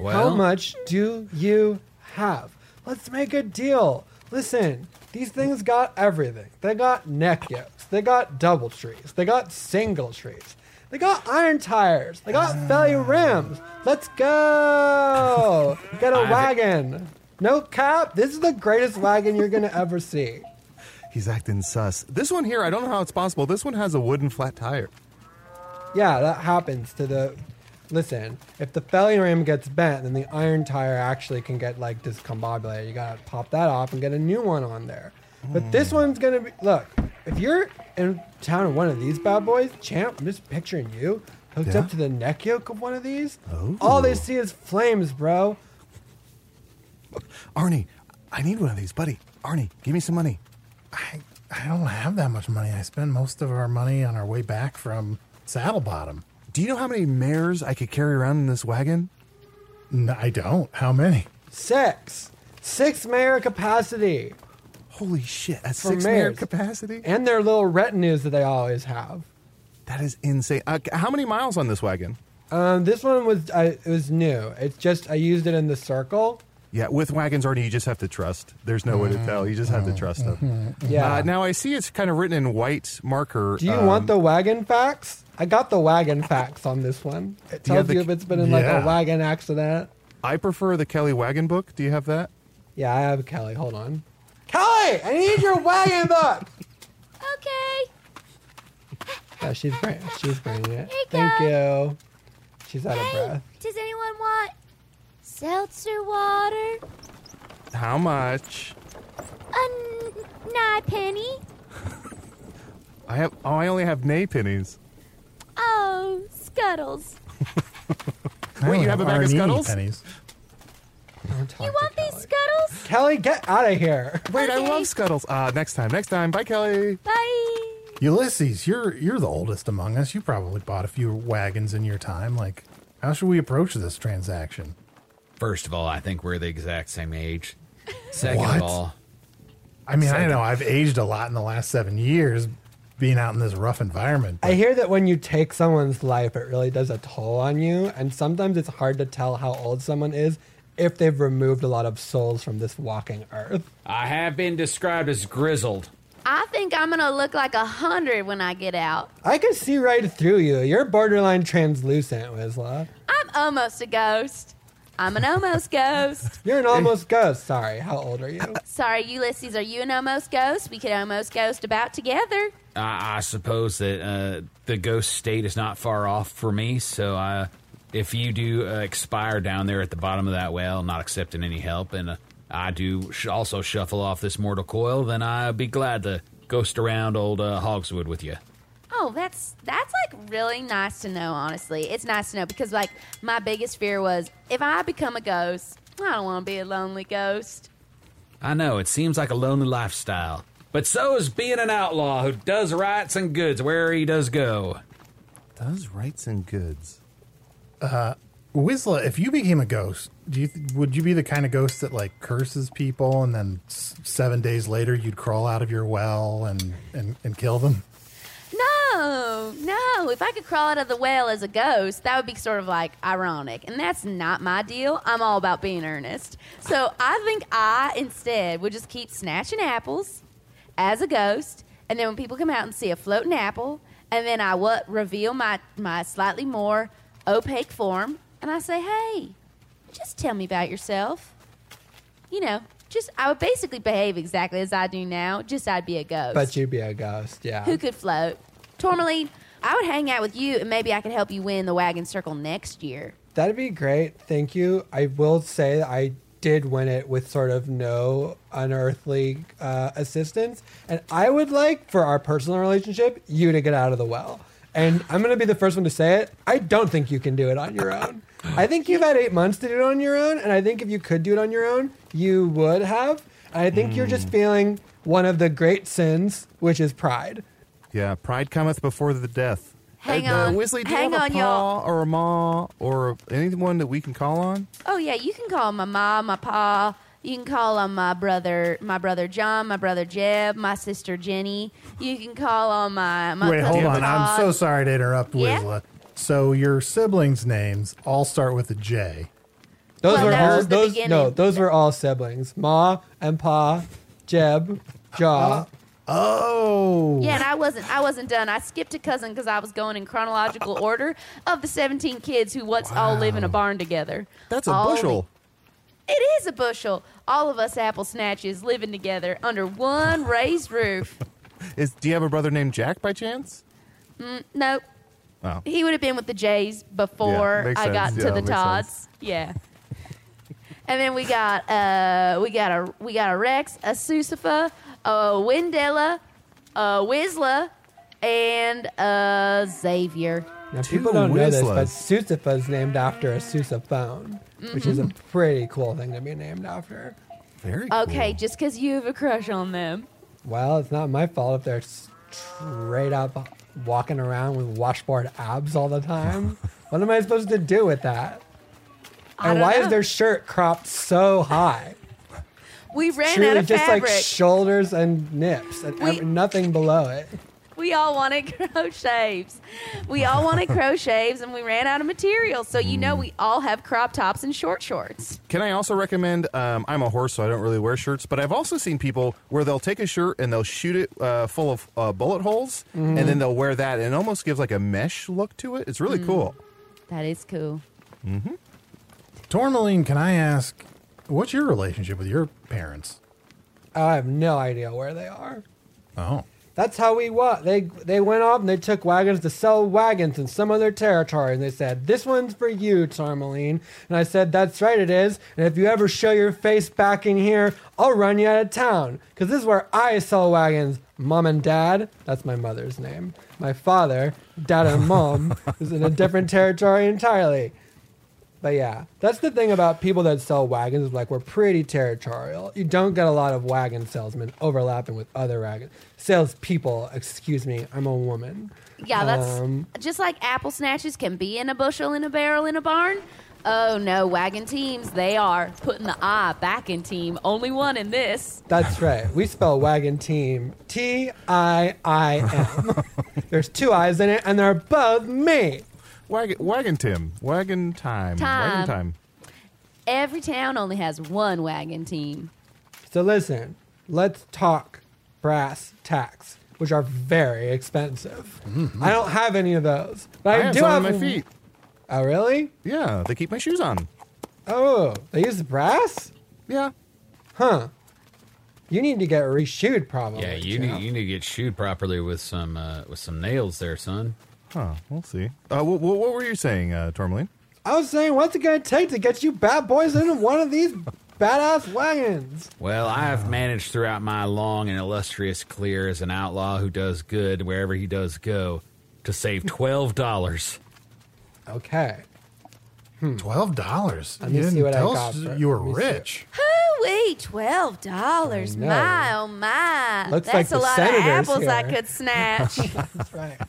Speaker 9: Well,
Speaker 5: How much do you have? Let's make a deal. Listen, these things got everything. They got neck yokes. They got double trees. They got single trees. They got iron tires. They got failure rims. Let's go. Get a wagon. No cap. This is the greatest wagon you're going to ever see.
Speaker 2: He's acting sus. This one here, I don't know how it's possible. This one has a wooden flat tire.
Speaker 5: Yeah, that happens to the. Listen, if the failure rim gets bent, then the iron tire actually can get like discombobulated. You gotta pop that off and get a new one on there.
Speaker 2: Hmm.
Speaker 5: But this one's gonna be. Look, if you're in town of one of these bad boys, champ, I'm just picturing you hooked
Speaker 2: Yeah.
Speaker 5: up to the neck yoke of one of these.
Speaker 2: Oh.
Speaker 5: All Oh, they see is flames, bro.
Speaker 2: Arnie, I need one of these, buddy. Arnie, give me some money.
Speaker 4: I, I don't have that much money. I spend most of our money on our way back from Saddle Bottom.
Speaker 2: Do you know how many mares I could carry around in this wagon?
Speaker 4: No, I don't. How many?
Speaker 5: Six. Six mayor capacity.
Speaker 2: Holy shit, that's
Speaker 5: For
Speaker 2: six mare
Speaker 5: mares.
Speaker 2: capacity?
Speaker 5: And their little retinues that they always have.
Speaker 2: That is insane. Uh, how many miles on this wagon?
Speaker 5: Um, this one was I it was new. It's just I used it in the circle.
Speaker 2: Yeah, with wagons, Arnie, you just have to trust. There's no way to tell. You just have to trust
Speaker 4: Mm-hmm,
Speaker 2: them.
Speaker 5: Yeah.
Speaker 2: Uh, now I see it's kind of written in white marker.
Speaker 5: Do you
Speaker 2: um,
Speaker 5: want the wagon facts? I got the wagon facts on this one. It
Speaker 2: Do you have
Speaker 5: tells
Speaker 2: the
Speaker 5: you
Speaker 2: c-
Speaker 5: if it's been in like
Speaker 4: Yeah.
Speaker 5: a wagon accident.
Speaker 2: I prefer the Kelly wagon book. Do you have that?
Speaker 5: Yeah, I have Kelly. Hold on. Kelly, I need your wagon book.
Speaker 6: Okay.
Speaker 5: Yeah, she's brain, she's braining it.
Speaker 6: Here you
Speaker 5: Thank
Speaker 6: go.
Speaker 5: you. She's out of breath.
Speaker 6: Does anyone want seltzer water?
Speaker 2: How much?
Speaker 6: A n- nine penny?
Speaker 2: I have. Oh, I only have nay pennies.
Speaker 6: Oh, Scuttles.
Speaker 4: I
Speaker 2: Wait,
Speaker 4: don't
Speaker 2: you have a bag of
Speaker 4: Arnie
Speaker 2: Skittles?
Speaker 4: Pennies.
Speaker 5: Don't talk
Speaker 6: You
Speaker 5: to
Speaker 6: want these
Speaker 5: Kelly.
Speaker 6: Scuttles?
Speaker 5: Kelly, get out of here.
Speaker 2: Wait, I
Speaker 6: Okay.
Speaker 2: love Scuttles. Uh, next time, next time. Bye, Kelly.
Speaker 6: Bye.
Speaker 4: Ulysses, you're you're the oldest among us. You probably bought a few wagons in your time. Like, how should we approach this transaction?
Speaker 3: First of all, I think we're the exact same age. Second
Speaker 4: What?
Speaker 3: of all,
Speaker 4: I mean, I know I've aged a lot in the last seven years, being out in this rough environment. but
Speaker 5: I hear that when you take someone's life, it really does a toll on you, and sometimes it's hard to tell how old someone is if they've removed a lot of souls from this walking earth.
Speaker 7: I have been described as grizzled.
Speaker 6: I think I'm gonna look like a hundred when I get out.
Speaker 5: I can see right through you. You're borderline translucent, Wisla.
Speaker 6: I'm almost a ghost. I'm an almost ghost.
Speaker 5: You're an almost ghost. Sorry, how old are you?
Speaker 6: Sorry, Ulysses, are you an almost ghost? We could almost ghost about together.
Speaker 3: I, I suppose that uh, the ghost state is not far off for me. So uh, if you do uh, expire down there at the bottom of that well, not accepting any help, and uh, I do sh- also shuffle off this mortal coil, then I'd be glad to ghost around old uh, Hogswood with you.
Speaker 6: Oh, that's that's like really nice to know, honestly. It's nice to know because like my biggest fear was if I become a ghost, I don't want to be a lonely ghost.
Speaker 3: I know, it seems like a lonely lifestyle. But so is being an outlaw who does rights and goods where he does go.
Speaker 2: Does rights and goods.
Speaker 4: Uh, Whistler, if you became a ghost, do you th- would you be the kind of ghost that like curses people and then s- seven days later you'd crawl out of your well and and, and kill them?
Speaker 6: No, no. If I could crawl out of the well as a ghost, that would be sort of like ironic. And that's not my deal. I'm all about being earnest. So I think I instead would just keep snatching apples as a ghost. And then when people come out and see a floating apple, and then I what reveal my, my slightly more opaque form, and I say, hey, just tell me about yourself. You know, just I would basically behave exactly as I do now, just I'd be a ghost
Speaker 5: But you'd be a ghost, yeah.
Speaker 6: who could float. Tourmaline, I would hang out with you, and maybe I could help you win the wagon circle next year.
Speaker 5: That'd be great. Thank you. I will say that I did win it with sort of no unearthly uh, assistance. And I would like, for our personal relationship, you to get out of the well. And I'm going to be the first one to say it. I don't think you can do it on your own. I think you've had eight months to do it on your own. And I think if you could do it on your own, you would have. And I think you're just feeling one of the great sins, which is pride.
Speaker 2: Yeah, pride cometh before the death.
Speaker 6: Hang
Speaker 2: uh,
Speaker 6: on.
Speaker 2: Wisley, do you
Speaker 6: Hang
Speaker 2: have a
Speaker 6: on,
Speaker 2: pa
Speaker 6: y'all.
Speaker 2: or a ma or anyone that we can call on?
Speaker 6: Oh yeah, you can call my mom, my pa. You can call on my brother, my brother John, my brother Jeb, my sister Jenny. You can call on my my
Speaker 4: Wait,
Speaker 6: cousin
Speaker 4: hold on. I'm
Speaker 6: Todd.
Speaker 4: so sorry to interrupt,
Speaker 6: Yeah?
Speaker 4: Wizla. So your siblings' names all start with a J.
Speaker 5: Those
Speaker 6: Well,
Speaker 5: were
Speaker 6: that
Speaker 5: all
Speaker 6: was the
Speaker 5: those no,
Speaker 6: beginning.
Speaker 5: those were all siblings. Ma and Pa, Jeb,
Speaker 2: Uh,
Speaker 5: Jaw.
Speaker 4: Oh.
Speaker 6: Yeah, and I wasn't. I wasn't done. I skipped a cousin because I was going in chronological order of the 17 kids who once all live in a barn together.
Speaker 2: That's a
Speaker 6: All the-
Speaker 2: bushel.
Speaker 6: it is a bushel. All of us apple snatches living together under one raised roof.
Speaker 2: Is do you have a brother named Jack by chance?
Speaker 6: Mm, nope.
Speaker 2: Oh.
Speaker 6: He would have been with the Jays before
Speaker 2: Yeah, makes
Speaker 6: I
Speaker 2: sense.
Speaker 6: got
Speaker 2: Yeah,
Speaker 6: to the
Speaker 2: makes
Speaker 6: Todds.
Speaker 2: sense.
Speaker 6: Yeah. and then we got uh we got a we got a Rex, a Susifa, a Windella, a Whistler, and a Xavier.
Speaker 5: Now
Speaker 2: Two
Speaker 5: people don't know this, but
Speaker 2: Whistlers.
Speaker 5: Susifa is named after a sousaphone, which is a
Speaker 6: Mm-hmm.
Speaker 5: pretty cool thing to be named after.
Speaker 2: Very
Speaker 6: Okay, just because you have a crush on them.
Speaker 5: Well, it's not my fault if they're straight up walking around with washboard abs all the time. what am I supposed to do with that?
Speaker 6: I
Speaker 5: And
Speaker 6: don't
Speaker 5: why
Speaker 6: know.
Speaker 5: is their shirt cropped so high?
Speaker 6: We ran out
Speaker 5: Truly,
Speaker 6: of
Speaker 5: just
Speaker 6: fabric.
Speaker 5: like shoulders and nips, and ev- nothing below it.
Speaker 6: we all wanted crochets. We all wanted crochets, and we ran out of material. So you
Speaker 5: Mm.
Speaker 6: know we all have crop tops and short shorts.
Speaker 2: Can I also recommend? Um, I'm a horse, so I don't really wear shirts, but I've also seen people where they'll take a shirt and they'll shoot it uh, full of uh, bullet holes, and then they'll wear that, and it almost gives like a mesh look to it. It's really
Speaker 6: Mm.
Speaker 2: cool.
Speaker 6: That is cool.
Speaker 4: Mm-hmm. Tourmaline, can I ask, what's your relationship with your parents?
Speaker 5: I have no idea where they are.
Speaker 4: Oh.
Speaker 5: That's how we walk. They they went off and they took wagons to sell wagons in some other territory, and they said, "This one's for you, Tourmaline." And I said, "That's right, it is. And if you ever show your face back in here, I'll run you out of town. Cause this is where I sell wagons. Mom and Dad. That's my mother's name. My father, Dad and Mom, is in a different territory entirely." But yeah, that's the thing about people that sell wagons. is, Like we're pretty territorial. You don't get a lot of wagon salesmen overlapping with other wagon salespeople. Excuse me, I'm a woman.
Speaker 6: Yeah, that's
Speaker 5: Um,
Speaker 6: just like apple snatches can be in a bushel, in a barrel, in a barn. Oh no, wagon teams, they are putting the I back in team. Only one in this.
Speaker 5: That's right. We spell wagon team T I I M. There's two I's in it, and they're both me.
Speaker 2: Wagon, wagon Tim, wagon time, wagon
Speaker 6: Time.
Speaker 2: time.
Speaker 6: Every town only has one wagon team.
Speaker 5: So listen, let's talk brass tacks, which are very expensive. I don't have any of those, but I,
Speaker 2: Mm-hmm. I have
Speaker 5: do
Speaker 2: some on my
Speaker 5: have
Speaker 2: feet.
Speaker 5: Oh really?
Speaker 2: Yeah, they keep my shoes on.
Speaker 5: Oh, they use brass?
Speaker 2: Yeah,
Speaker 5: Huh. You need to get reshoed, probably.
Speaker 7: Yeah, you
Speaker 5: Jeff.
Speaker 7: need, you need to get shoed properly with some uh, with some nails there, son.
Speaker 2: Huh, we'll see. Uh, wh- wh- what were you saying, uh, Tourmaline?
Speaker 5: I was saying, what's it gonna take to get you bad boys into one of these badass wagons?
Speaker 7: Well, I have managed throughout my long and illustrious career as an outlaw who does good wherever he does go to save twelve dollars.
Speaker 5: Okay. Hmm.
Speaker 4: Twelve dollars.
Speaker 5: Let
Speaker 4: you
Speaker 5: me see
Speaker 4: didn't
Speaker 5: what I
Speaker 4: tell
Speaker 5: got
Speaker 4: us
Speaker 5: for-
Speaker 4: you were
Speaker 5: let me see.
Speaker 4: rich.
Speaker 6: Wait, twelve dollars!
Speaker 5: I know.
Speaker 6: My oh my!
Speaker 5: Looks
Speaker 6: That's
Speaker 5: like
Speaker 6: a
Speaker 5: the
Speaker 6: lot of
Speaker 5: senators
Speaker 6: apples I
Speaker 5: here.
Speaker 6: could snatch.
Speaker 5: That's right.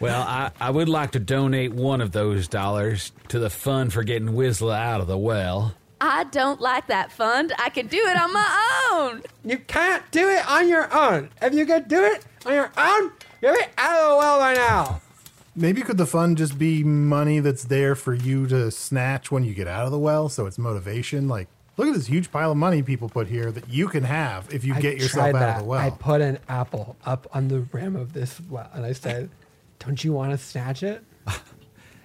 Speaker 7: Well, I, I would like to donate one of those dollars to the fund for getting Whistler out of the well.
Speaker 6: I don't like that fund. I can do it on my own.
Speaker 5: You can't do it on your own. If you could do it on your own, you'd be out of the well by now.
Speaker 4: Maybe could the fund just be money that's there for you to snatch when you get out of the well? So it's motivation. Like, look at this huge pile of money people put here that you can have if you
Speaker 5: I
Speaker 4: get yourself
Speaker 5: tried
Speaker 4: out
Speaker 5: that.
Speaker 4: of the well.
Speaker 5: I put an apple up on the rim of this well, and I said, "Don't you want to snatch it?"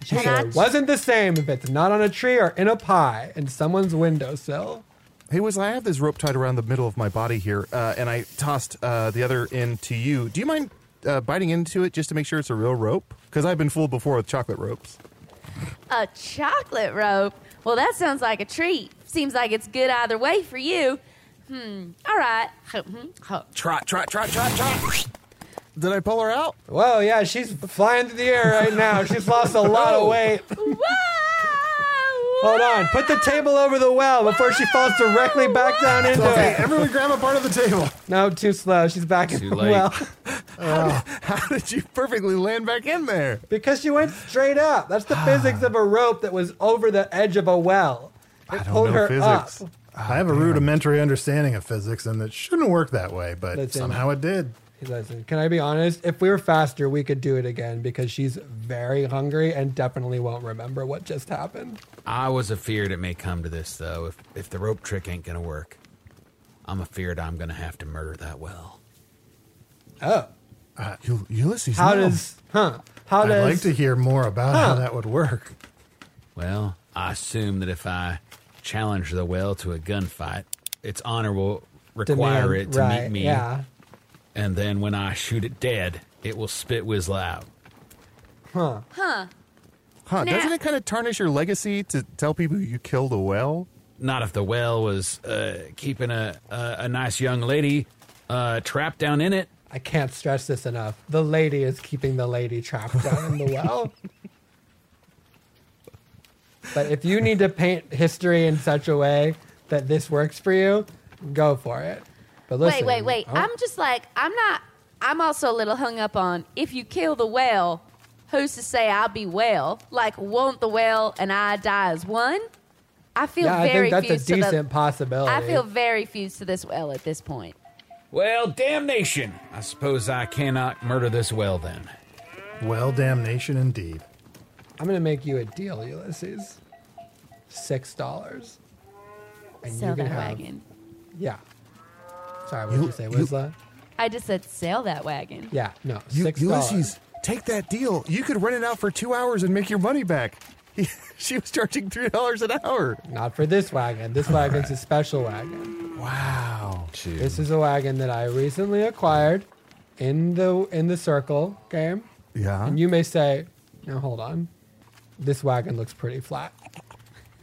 Speaker 5: She
Speaker 6: And
Speaker 5: said,
Speaker 6: I-
Speaker 5: "It wasn't the same if it's not on a tree or in a pie in someone's windowsill."
Speaker 2: Hey, Wiz, I have this rope tied around the middle of my body here, uh, and I tossed uh, the other end to you. Do you mind uh, biting into it just to make sure it's a real rope? Because I've been fooled before with chocolate ropes.
Speaker 6: A chocolate rope? Well, that sounds like a treat. Seems like it's good either way for you. Hmm. All right.
Speaker 2: Trot, trot, trot, trot, trot. Did I pull her out?
Speaker 5: Whoa, yeah, she's flying through the air right now. She's lost a lot of weight.
Speaker 6: Whoa!
Speaker 5: Hold on. Put the table over the well before she falls directly back down into
Speaker 4: Okay,
Speaker 5: it.
Speaker 4: everyone grab a part of the table.
Speaker 5: No, too slow. She's back in
Speaker 7: Too
Speaker 5: the
Speaker 7: late.
Speaker 5: well.
Speaker 4: How did you perfectly land back in there? Ah.
Speaker 5: Because she went straight up. That's the physics of a rope that was over the edge of a well. It
Speaker 4: I
Speaker 5: pulled her up.
Speaker 4: I
Speaker 5: Oh,
Speaker 4: have a rudimentary understanding of physics, and it shouldn't work that way, but
Speaker 5: That's in-
Speaker 4: somehow it did.
Speaker 5: Listen, can I be honest? If we were faster, we could do it again because she's very hungry and definitely won't remember what just happened.
Speaker 7: I was afeared it may come to this though. If if the rope trick ain't gonna work, I'm afeared I'm gonna have to murder that well.
Speaker 5: Oh,
Speaker 4: Uh, U- Ulysses,
Speaker 5: how
Speaker 4: no.
Speaker 5: does? Huh? How
Speaker 4: I'd
Speaker 5: does?
Speaker 4: like to hear more about how that would work.
Speaker 7: Well, I assume that if I challenge the well to a gunfight, its honor will require
Speaker 5: demand-
Speaker 7: it to
Speaker 5: right,
Speaker 7: meet me.
Speaker 5: Yeah.
Speaker 7: And then when I shoot it dead, it will spit Whistler out.
Speaker 2: Huh?
Speaker 6: Nah.
Speaker 2: Doesn't it kind of tarnish your legacy to tell people you killed a well?
Speaker 7: Not if the well was uh, keeping a, a a nice young lady uh, trapped down in it.
Speaker 5: I can't stress this enough. The lady is keeping the lady trapped down in the well. But if you need to paint history in such a way that this works for you, go for it. But listen,
Speaker 6: wait, wait, wait.
Speaker 5: oh,
Speaker 6: I'm just like, I'm not, I'm also a little hung up on if you kill the whale, who's to say I'll be well? Like, won't the whale and I die as one? I feel
Speaker 5: yeah, I
Speaker 6: very
Speaker 5: think that's a
Speaker 6: fused to
Speaker 5: decent
Speaker 6: the,
Speaker 5: possibility.
Speaker 6: I feel very fused to this well at this point.
Speaker 7: Well, damnation! I suppose I cannot murder this well then.
Speaker 4: Well, damnation indeed.
Speaker 5: I'm gonna make you a deal, Ulysses. Six dollars. And
Speaker 6: Sell that
Speaker 5: have-
Speaker 6: wagon.
Speaker 5: Yeah. uh, Sorry, what did you say, Wisla?
Speaker 6: I just said, sell that wagon.
Speaker 5: Yeah, no,
Speaker 2: U-
Speaker 5: six dollars.
Speaker 2: Ulysses, take that deal. You could rent it out for two hours and make your money back. she was charging three dollars an hour.
Speaker 5: Not for this wagon. This wagon's a special wagon.
Speaker 2: Wow.
Speaker 5: This is a wagon that I recently acquired in the in the circle game.
Speaker 2: Yeah.
Speaker 5: And you may say, "No, hold on. This wagon looks pretty flat."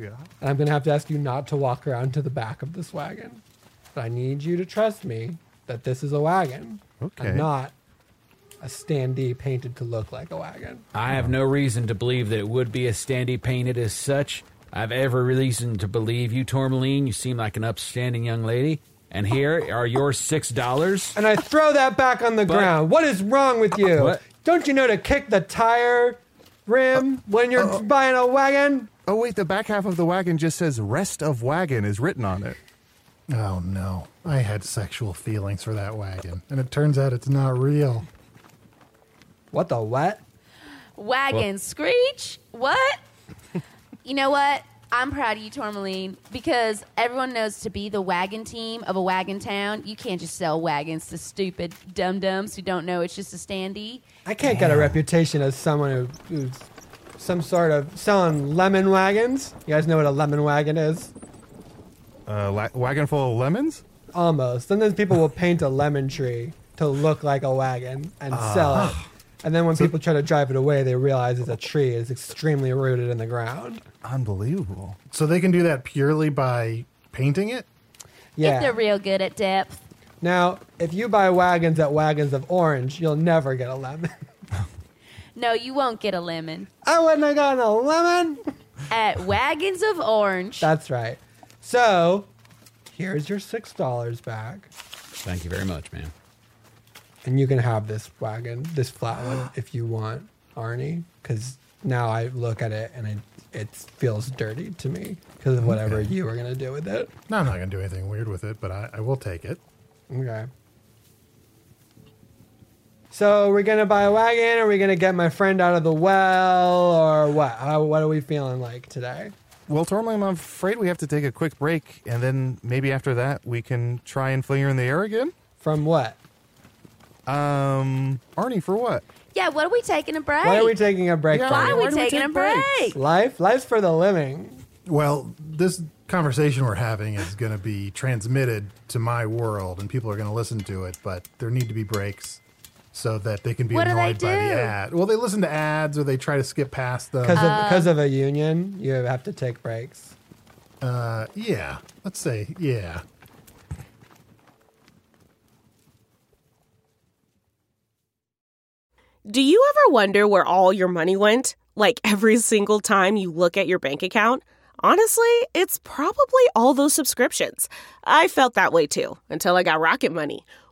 Speaker 2: yeah.
Speaker 5: And I'm going to have to ask you not to walk around to the back of this wagon. But I need you to trust me that this is a wagon.
Speaker 2: Okay.
Speaker 5: And not a standee painted to look like a wagon.
Speaker 7: I have no reason to believe that it would be a standee painted as such. I've every reason to believe you, Tourmaline. You seem like an upstanding young lady. And here are your six dollars.
Speaker 5: And I throw that back on the ground. What is wrong with you?
Speaker 7: What?
Speaker 5: Don't you know to kick the tire rim when you're buying a wagon?
Speaker 2: Oh wait, the back half of the wagon just says "rest of wagon" is written on it.
Speaker 4: Oh no, I had sexual feelings for that wagon, and it turns out it's not real.
Speaker 5: What the what?
Speaker 6: Wagon screech? What? you know what? I'm proud of you, Tourmaline, because everyone knows to be the wagon team of a wagon town, you can't just sell wagons to stupid dum dums who don't know it's just a standee.
Speaker 5: I can't get a reputation as someone who, who's some sort of selling lemon wagons. You guys know what a lemon wagon is?
Speaker 2: Uh, la- wagon full of lemons.
Speaker 5: Almost. Sometimes people will paint a lemon tree to look like a wagon and
Speaker 4: Ah.
Speaker 5: sell it. And then when people try to drive it away, they realize it's a tree is extremely rooted in the ground.
Speaker 2: Unbelievable.
Speaker 4: So they can do that purely by painting it.
Speaker 6: If
Speaker 5: Yeah.
Speaker 6: they're real good at depth.
Speaker 5: now, if you buy wagons at Wagons of Orange, you'll never get a lemon.
Speaker 6: No, you won't get a lemon.
Speaker 5: I wouldn't have gotten a lemon.
Speaker 6: At Wagons of Orange.
Speaker 5: That's right. So, here's your six dollars back.
Speaker 7: Thank you very much, man.
Speaker 5: and you can have this wagon, this flat one, if you want, Arnie. Because now I look at it and it it feels dirty to me because of whatever you were gonna do with it.
Speaker 4: No, I'm not going to do anything weird with it, but I, I will take it.
Speaker 5: Okay. So we're gonna buy a wagon. Are we gonna get my friend out of the well, or what? How, what are we feeling like today?
Speaker 2: Well, Tourmaline, I'm afraid we have to take a quick break, and then maybe after that we can try and fling her in the air again.
Speaker 5: From what?
Speaker 2: Um, Arnie, for what?
Speaker 6: yeah, what are we taking a break?
Speaker 5: Why are we taking a break?
Speaker 2: Yeah,
Speaker 5: from?
Speaker 6: Why are we
Speaker 2: Why do we
Speaker 6: taking
Speaker 2: take
Speaker 6: a break?
Speaker 2: breaks?
Speaker 5: Life, life's for the living.
Speaker 4: Well, this conversation we're having is going to be transmitted to my world, and people are going to listen to it. But there need to be breaks so that they can be
Speaker 6: What do they
Speaker 4: annoyed by
Speaker 6: do?
Speaker 4: the ad. Well, they listen to ads or they try to skip past them.
Speaker 5: Because
Speaker 6: Oh.
Speaker 5: of, 'cause of a union, you have to take breaks.
Speaker 4: Uh, yeah, let's say yeah.
Speaker 10: Do you ever wonder where all your money went? Like every single time you look at your bank account? Honestly, it's probably all those subscriptions. I felt that way too until I got Rocket Money.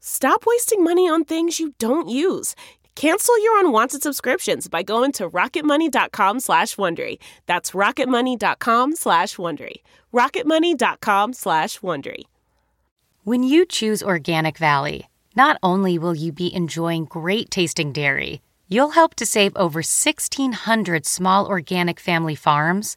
Speaker 10: Stop wasting money on things you don't use. Cancel your unwanted subscriptions by going to rocketmoney.com slash Wondery. That's rocketmoney.com slash Wondery. rocketmoney.com slash Wondery.
Speaker 11: When you choose Organic Valley, not only will you be enjoying great tasting dairy, you'll help to save over 1,600 small organic family farms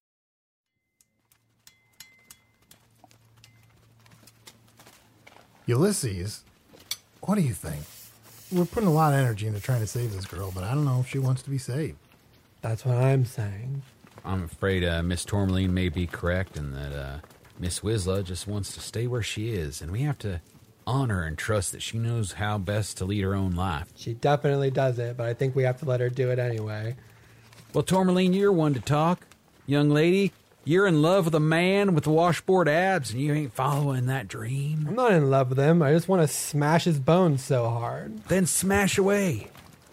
Speaker 4: Ulysses, what do you think? We're putting a lot of energy into trying to save this girl, but I don't know if she wants to be saved.
Speaker 5: That's what I'm saying.
Speaker 7: I'm afraid uh, Miss Tourmaline may be correct and that uh, Miss Wisla just wants to stay where she is, and we have to honor and trust that she knows how best to lead her own life.
Speaker 5: She definitely does it, but I think we have to let her do it anyway.
Speaker 7: Well, Tourmaline, you're one to talk. Young lady, you're in love with a man with washboard abs, and you ain't following that dream.
Speaker 5: I'm not in love with him. I just want to smash his bones so hard.
Speaker 7: Then smash away.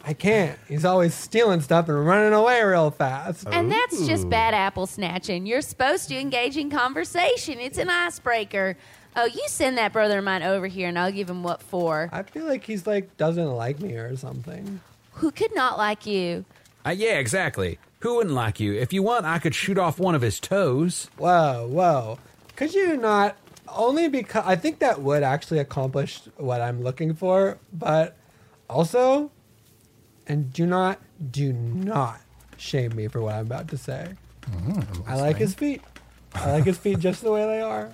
Speaker 5: I can't. He's always stealing stuff and running away real fast.
Speaker 6: And that's just bad apple snatching. You're supposed to engage in conversation. It's an icebreaker. Oh, you send that brother of mine over here and I'll give him what for.
Speaker 5: I feel like he's like doesn't like me or something.
Speaker 6: Who could not like you?
Speaker 7: Uh, yeah, exactly. Who wouldn't like you? If you want, I could shoot off one of his toes.
Speaker 5: Whoa, whoa. Could you not? Only because I think that would actually accomplish what I'm looking for, but also, and do not, do not shame me for what I'm about to say.
Speaker 7: Mm,
Speaker 5: I like his feet. I like his feet just the way they are.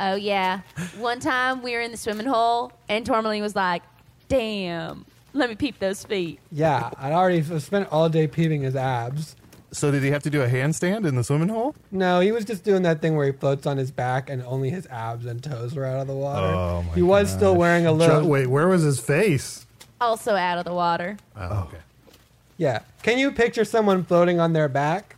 Speaker 6: Oh, yeah. One time we were in the swimming hole and Tourmaline was like, damn, let me peep those feet.
Speaker 5: Yeah, I'd already spent all day peeping his abs.
Speaker 2: So did he have to do a handstand in the swimming hole?
Speaker 5: No, he was just doing that thing where he floats on his back and only his abs and toes were out of the water.
Speaker 2: Oh, my
Speaker 5: he was still wearing a little.
Speaker 4: Jo- wait, where was his face?
Speaker 6: Also out of the water.
Speaker 4: Oh, okay.
Speaker 5: Yeah. Can you picture someone floating on their back?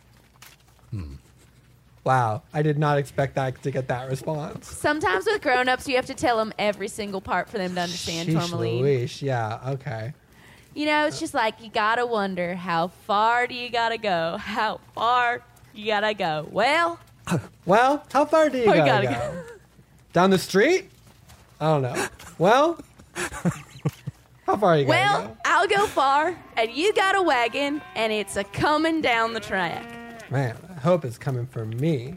Speaker 5: Wow, I did not expect that to get that response.
Speaker 6: Sometimes with grown ups, you have to tell them every single part for them to understand
Speaker 5: Sheesh
Speaker 6: Tourmaline.
Speaker 5: Louise, yeah, okay.
Speaker 6: You know, it's just like you gotta wonder how far do you gotta go? How far you gotta go? Well,
Speaker 5: Well, how far do you
Speaker 6: I
Speaker 5: gotta,
Speaker 6: Oh, gotta
Speaker 5: go?
Speaker 6: go.
Speaker 5: Down the street? I don't know. Well, how far you gotta
Speaker 6: well, I'll go far, and you got a wagon, and it's a coming down the track.
Speaker 5: go? Man, I hope it's coming for me.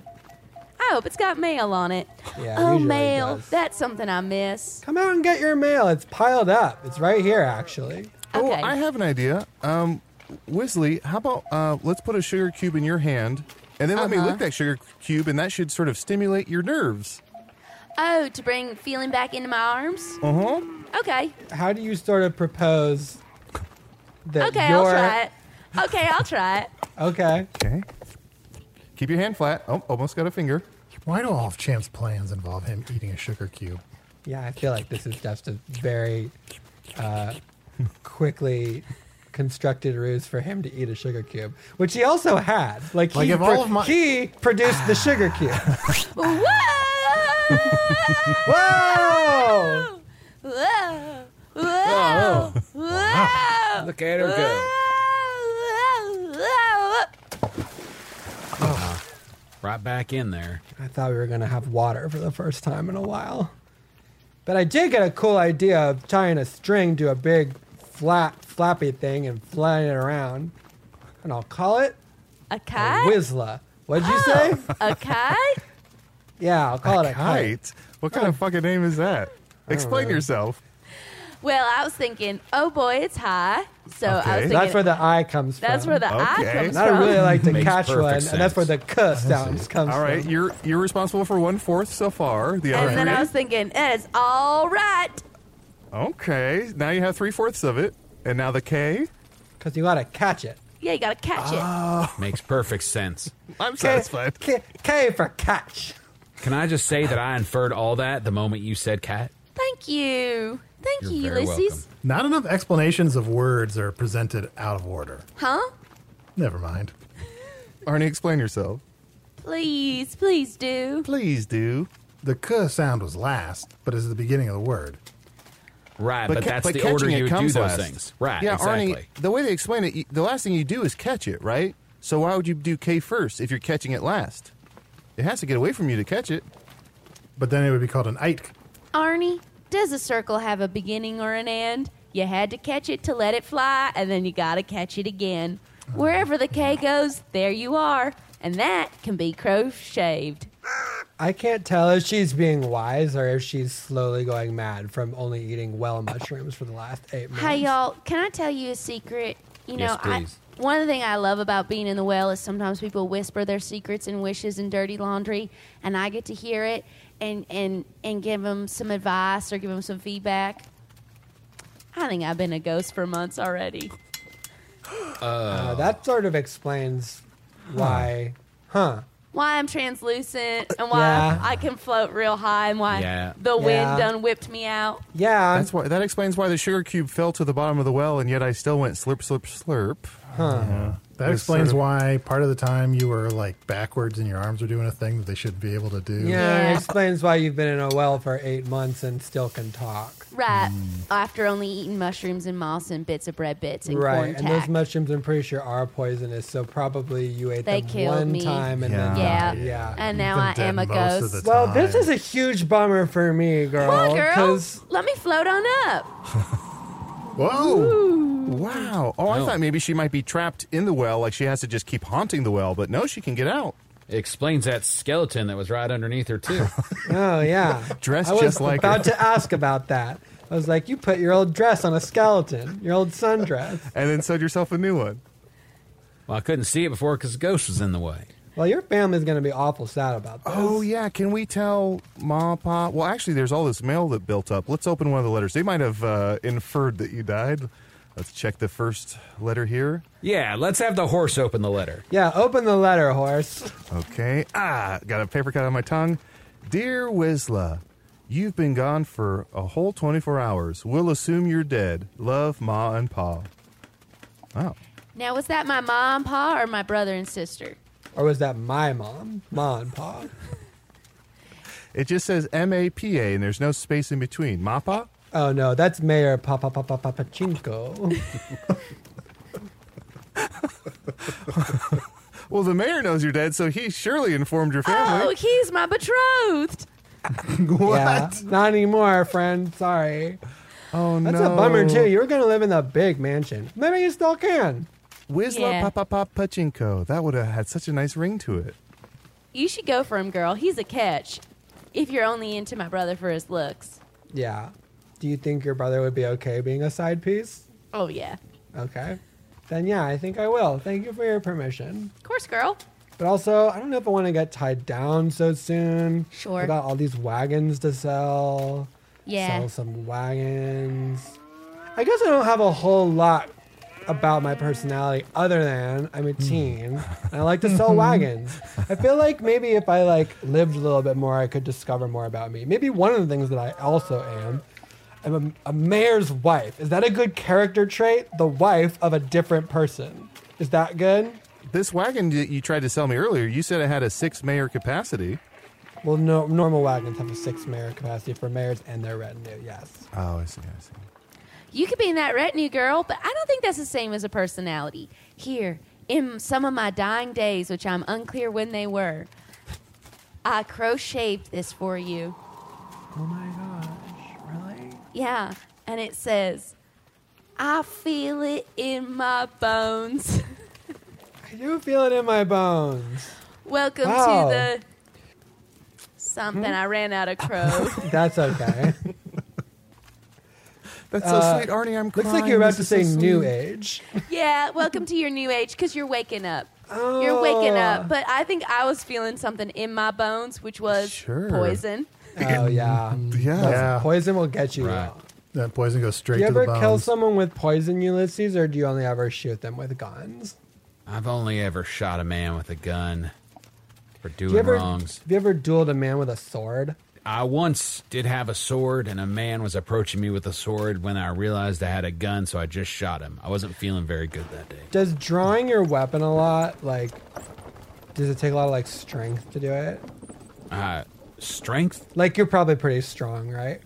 Speaker 6: I hope it's got mail on it.
Speaker 5: Yeah, it
Speaker 6: oh,
Speaker 5: usually
Speaker 6: mail.
Speaker 5: does.
Speaker 6: That's something I miss.
Speaker 5: Come out and get your mail. It's piled up. It's right here, actually.
Speaker 2: Oh,
Speaker 6: Okay.
Speaker 2: I have an idea. Um, Wisley, how about uh, let's put a sugar cube in your hand, and then let
Speaker 6: Uh-huh.
Speaker 2: me lick that sugar cube, and that should sort of stimulate your nerves.
Speaker 6: Oh, to bring feeling back into my arms?
Speaker 2: Uh huh.
Speaker 6: Okay.
Speaker 5: How do you sort of propose that
Speaker 6: Okay,
Speaker 5: you're
Speaker 6: I'll try it. Okay, I'll try it.
Speaker 5: okay?
Speaker 2: Okay. Keep your hand flat. Oh, almost got a finger.
Speaker 4: Why do all of Champ's plans involve him eating a sugar cube?
Speaker 5: Yeah, I feel like this is just a very uh, quickly constructed ruse for him to eat a sugar cube, which he also had. Like,
Speaker 4: Like,
Speaker 5: he,
Speaker 4: if all of my-
Speaker 5: he produced the sugar cube.
Speaker 6: Whoa!
Speaker 5: Whoa!
Speaker 6: Whoa! Whoa! Whoa!
Speaker 7: Look at her go. Right back in there.
Speaker 5: I thought we were going to have water for the first time in a while. But I did get a cool idea of tying a string to a big flat, flappy thing and flying it around. And I'll call it
Speaker 6: A
Speaker 5: a
Speaker 6: kite?
Speaker 5: Whizla. What'd you say?
Speaker 6: A kite?
Speaker 5: Yeah, I'll call it a kite.
Speaker 2: What kind of fucking name is that? Explain yourself.
Speaker 6: Well, I was thinking, oh boy, it's high. So I was
Speaker 5: Okay.
Speaker 6: thinking
Speaker 5: That's where the I comes from.
Speaker 6: That's where the I Okay. comes
Speaker 5: and I really
Speaker 2: from.
Speaker 5: like the
Speaker 2: Makes
Speaker 5: catch
Speaker 2: perfect
Speaker 5: one, and that's
Speaker 2: sense.
Speaker 5: where the cuss sounds comes
Speaker 2: All right,
Speaker 5: from.
Speaker 2: you're you're responsible for one fourth so far. The
Speaker 6: and
Speaker 2: other
Speaker 6: then I was
Speaker 2: three.
Speaker 6: thinking, it's all right.
Speaker 2: Okay, now you have three fourths of it, and now the K.
Speaker 5: Because you gotta catch it.
Speaker 6: Yeah, you gotta catch
Speaker 7: Makes perfect sense.
Speaker 2: I'm
Speaker 5: satisfied. K, Oh. K for catch.
Speaker 7: Can I just say that I inferred all that the moment you said cat?
Speaker 6: it. Thank you. Thank
Speaker 7: You're
Speaker 6: you,
Speaker 7: very
Speaker 6: Ulysses.
Speaker 4: Not enough explanations of words are presented out of order.
Speaker 6: Huh?
Speaker 4: Never mind.
Speaker 2: Arnie, explain yourself.
Speaker 6: Please, please do.
Speaker 2: Please do.
Speaker 4: The k sound was last, but is the beginning of the word.
Speaker 7: Right,
Speaker 2: But
Speaker 7: Ah, but,
Speaker 2: ca-
Speaker 7: that's
Speaker 2: but
Speaker 7: the
Speaker 2: catching
Speaker 7: order
Speaker 2: it
Speaker 7: you would do
Speaker 2: comes
Speaker 7: those
Speaker 2: last.
Speaker 7: things. Right,
Speaker 2: Yeah,
Speaker 7: exactly.
Speaker 2: Arnie, the way they explain it, you- the last thing you do is catch it, right? So why would you do K first if you're catching it last? It has to get away from you to catch it.
Speaker 4: But then it would be called an ike.
Speaker 6: Arnie, does a circle have a beginning or an end? You had to catch it to let it fly, and then you gotta catch it again. Wherever the K goes, there you are. And that can be crow shaved.
Speaker 5: I can't tell if she's being wise or if she's slowly going mad from only eating well mushrooms for the last eight months.
Speaker 6: Hey y'all, can I tell you a secret? You know,
Speaker 5: Yes,
Speaker 6: I,
Speaker 5: please.
Speaker 6: one thing I love about being in the well is sometimes people whisper their secrets and wishes and dirty laundry, and I get to hear it and and and give them some advice or give them some feedback. I think I've been a ghost for months already.
Speaker 5: Uh, that sort of explains why, huh?
Speaker 6: Why I'm translucent and why
Speaker 5: Yeah.
Speaker 6: I can float real high and why
Speaker 2: Yeah.
Speaker 6: the wind
Speaker 2: Yeah.
Speaker 6: done whipped me out.
Speaker 5: Yeah,
Speaker 2: that's why. That explains why the sugar cube fell to the bottom of the well, and yet I still went slurp, slurp, slurp.
Speaker 4: Huh. That explains why part of the time you were like backwards and your arms were doing a thing that they should be able to do.
Speaker 5: Yeah, it explains why you've been in a well for eight months and still can talk.
Speaker 6: Right
Speaker 2: Mm.
Speaker 6: after only eating mushrooms and moss and bits of bread bits and corn
Speaker 5: Right, and
Speaker 6: tack.
Speaker 5: those mushrooms, I'm pretty sure, are poisonous. So probably you ate
Speaker 6: They
Speaker 5: them
Speaker 6: killed
Speaker 5: one
Speaker 6: me.
Speaker 5: time and
Speaker 6: Yeah.
Speaker 5: then
Speaker 6: Yeah.
Speaker 5: died. yeah.
Speaker 6: And now You've been I am dead a most of ghost. the
Speaker 5: Well, this is a huge bummer for me,
Speaker 6: Come
Speaker 5: girl.
Speaker 6: on, girl.
Speaker 5: 'cause-
Speaker 6: Let me float on up.
Speaker 2: Whoa! Wow! Oh, I thought maybe she might be trapped in the well, like she has to just keep haunting the well. But no, she can get out.
Speaker 7: It explains that skeleton that was right underneath her too.
Speaker 5: oh yeah,
Speaker 7: Dressed
Speaker 5: I was
Speaker 7: just like
Speaker 5: About
Speaker 7: her.
Speaker 5: to ask about that. I was like, you put your old dress on a skeleton, your old sundress.
Speaker 2: and then sewed yourself a new one.
Speaker 7: Well, I couldn't see it before because the ghost was in the way.
Speaker 5: Well, your family's going to be awful sad about this.
Speaker 2: Oh yeah, can we tell Ma, Pa? Well, actually, there's all this mail that built up. Let's open one of the letters. They might have uh, inferred that you died. Let's check the first letter here.
Speaker 7: Yeah, let's have the horse open the letter.
Speaker 5: Yeah, open the letter, horse.
Speaker 2: Okay. Ah, got a paper cut on my tongue. Dear Wisla, you've been gone for a whole 24 hours. We'll assume you're dead. Love, Ma and Pa. Oh. Wow.
Speaker 6: Now, was that my mom, pa, or my brother and sister?
Speaker 5: Or was that my mom, Ma and Pa?
Speaker 2: It just says M A P A, and there's no space in between. Ma Pa.
Speaker 5: Oh no, that's Mayor Papa Papa Papachinko.
Speaker 2: Well, the mayor knows you're dead, so he surely informed your family.
Speaker 6: Oh, he's my betrothed.
Speaker 5: what? not anymore, friend. Sorry.
Speaker 2: Oh
Speaker 5: that's
Speaker 2: no.
Speaker 5: a bummer too. You were going to live in the big mansion. Maybe you still can.
Speaker 2: Wisla
Speaker 6: Yeah.
Speaker 2: Papa Papa Pachinko. That would have had such a nice ring to it.
Speaker 6: You should go for him, girl. He's a catch. If you're only into my brother for his looks.
Speaker 5: Yeah. Do you think your brother would be okay being a side piece?
Speaker 6: Oh, yeah.
Speaker 5: Okay. Then yeah, I think I will. Thank you for your permission.
Speaker 6: Of course, girl.
Speaker 5: But also, I don't know if I want to get tied down so soon.
Speaker 6: Sure.
Speaker 5: I got all these wagons to sell.
Speaker 6: Yeah.
Speaker 5: Sell some wagons. I guess I don't have a whole lot about my personality other than I'm a teen and I like to sell wagons. I feel like maybe if I like lived a little bit more, I could discover more about me. Maybe one of the things that I also am, I'm a, a mayor's wife. Is that a good character trait? The wife of a different person. Is that good?
Speaker 2: This wagon that you tried to sell me earlier, you said it had a six mayor capacity.
Speaker 5: Well, no, normal wagons have a six mayor capacity for mayors and their retinue. Yes.
Speaker 2: Oh, I see. I see.
Speaker 6: You could be in that retinue, girl, but I don't think that's the same as a personality. Here, in some of my dying days, which I'm unclear when they were, I crocheted this for you.
Speaker 5: Oh my gosh! Really?
Speaker 6: Yeah, and it says, I feel it in my bones.
Speaker 5: I do feel it in my bones.
Speaker 6: Welcome
Speaker 5: Wow.
Speaker 6: to the something. I ran out of crow.
Speaker 5: That's okay.
Speaker 2: That's so sweet, Arnie. I'm
Speaker 5: Uh, Looks like
Speaker 2: crying.
Speaker 5: you're about
Speaker 2: This
Speaker 5: to
Speaker 2: is
Speaker 5: say
Speaker 2: so
Speaker 5: new
Speaker 2: sweet.
Speaker 5: age.
Speaker 6: Yeah, welcome to your new age because you're waking up. You're waking
Speaker 5: Oh.
Speaker 6: up. But I think I was feeling something in my bones, which was
Speaker 4: Sure.
Speaker 6: poison.
Speaker 5: Oh yeah,
Speaker 2: Yeah.
Speaker 4: Yeah.
Speaker 5: Poison will get you.
Speaker 3: Right.
Speaker 4: That poison goes straight
Speaker 5: Do you
Speaker 4: to the
Speaker 5: ever
Speaker 4: bones.
Speaker 5: kill someone with poison, Ulysses, or do you only ever shoot them with guns?
Speaker 3: I've only ever shot a man with a gun for doing
Speaker 5: Do you ever
Speaker 3: wrongs.
Speaker 5: have you ever dueled a man with a sword?
Speaker 3: I once did have a sword, and a man was approaching me with a sword when I realized I had a gun, so I just shot him. I wasn't feeling very good that day.
Speaker 5: Does drawing your weapon a lot like? Does it take a lot of like strength to do it?
Speaker 3: Uh, strength?
Speaker 5: Like you're probably pretty strong, right?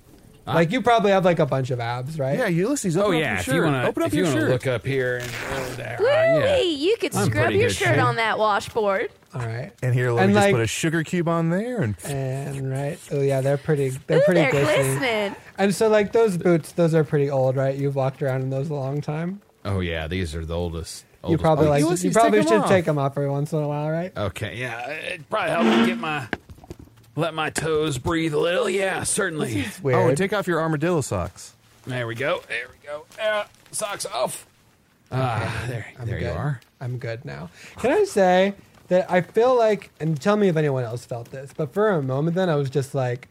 Speaker 3: Uh,
Speaker 5: like you probably have like a bunch of abs, right?
Speaker 2: Yeah, Ulysses.
Speaker 3: Oh
Speaker 2: Open up
Speaker 3: yeah,
Speaker 2: your
Speaker 3: if
Speaker 2: shirt.
Speaker 3: you want
Speaker 2: open
Speaker 3: to,
Speaker 2: up
Speaker 3: if you
Speaker 2: your
Speaker 3: want to
Speaker 2: shirt.
Speaker 3: look up here and oh, there, uh,
Speaker 6: Woo
Speaker 3: yeah.
Speaker 6: You could
Speaker 3: I'm
Speaker 6: scrub
Speaker 3: pretty
Speaker 6: your
Speaker 3: good
Speaker 6: shirt
Speaker 3: shape.
Speaker 6: on that washboard.
Speaker 5: All right.
Speaker 2: and here, let
Speaker 5: And
Speaker 2: me just
Speaker 5: like-
Speaker 2: put a sugar cube on there. And
Speaker 5: And right. Oh yeah, they're pretty. They're
Speaker 6: Ooh,
Speaker 5: pretty
Speaker 6: they're
Speaker 5: glistening.
Speaker 6: glistening.
Speaker 5: And so like those boots, those are pretty old, right? You've walked around in those a long time.
Speaker 3: Oh yeah, these are the oldest.
Speaker 5: you
Speaker 3: oldest
Speaker 5: probably
Speaker 3: ones.
Speaker 5: like
Speaker 2: Ulysses,
Speaker 5: you probably
Speaker 2: take 'em
Speaker 5: should
Speaker 2: off.
Speaker 5: take them off every once in a while, right?
Speaker 3: Okay, yeah, it probably helped me get my let my toes breathe a little. Yeah, certainly.
Speaker 5: It's weird.
Speaker 2: oh, and take off your armadillo socks.
Speaker 3: There we go. There we go. Uh, socks off. Ah, there,
Speaker 5: I'm
Speaker 3: there
Speaker 5: good.
Speaker 3: you are.
Speaker 5: I'm good now. Can I say that I feel like, and tell me if anyone else felt this, but for a moment then I was just like,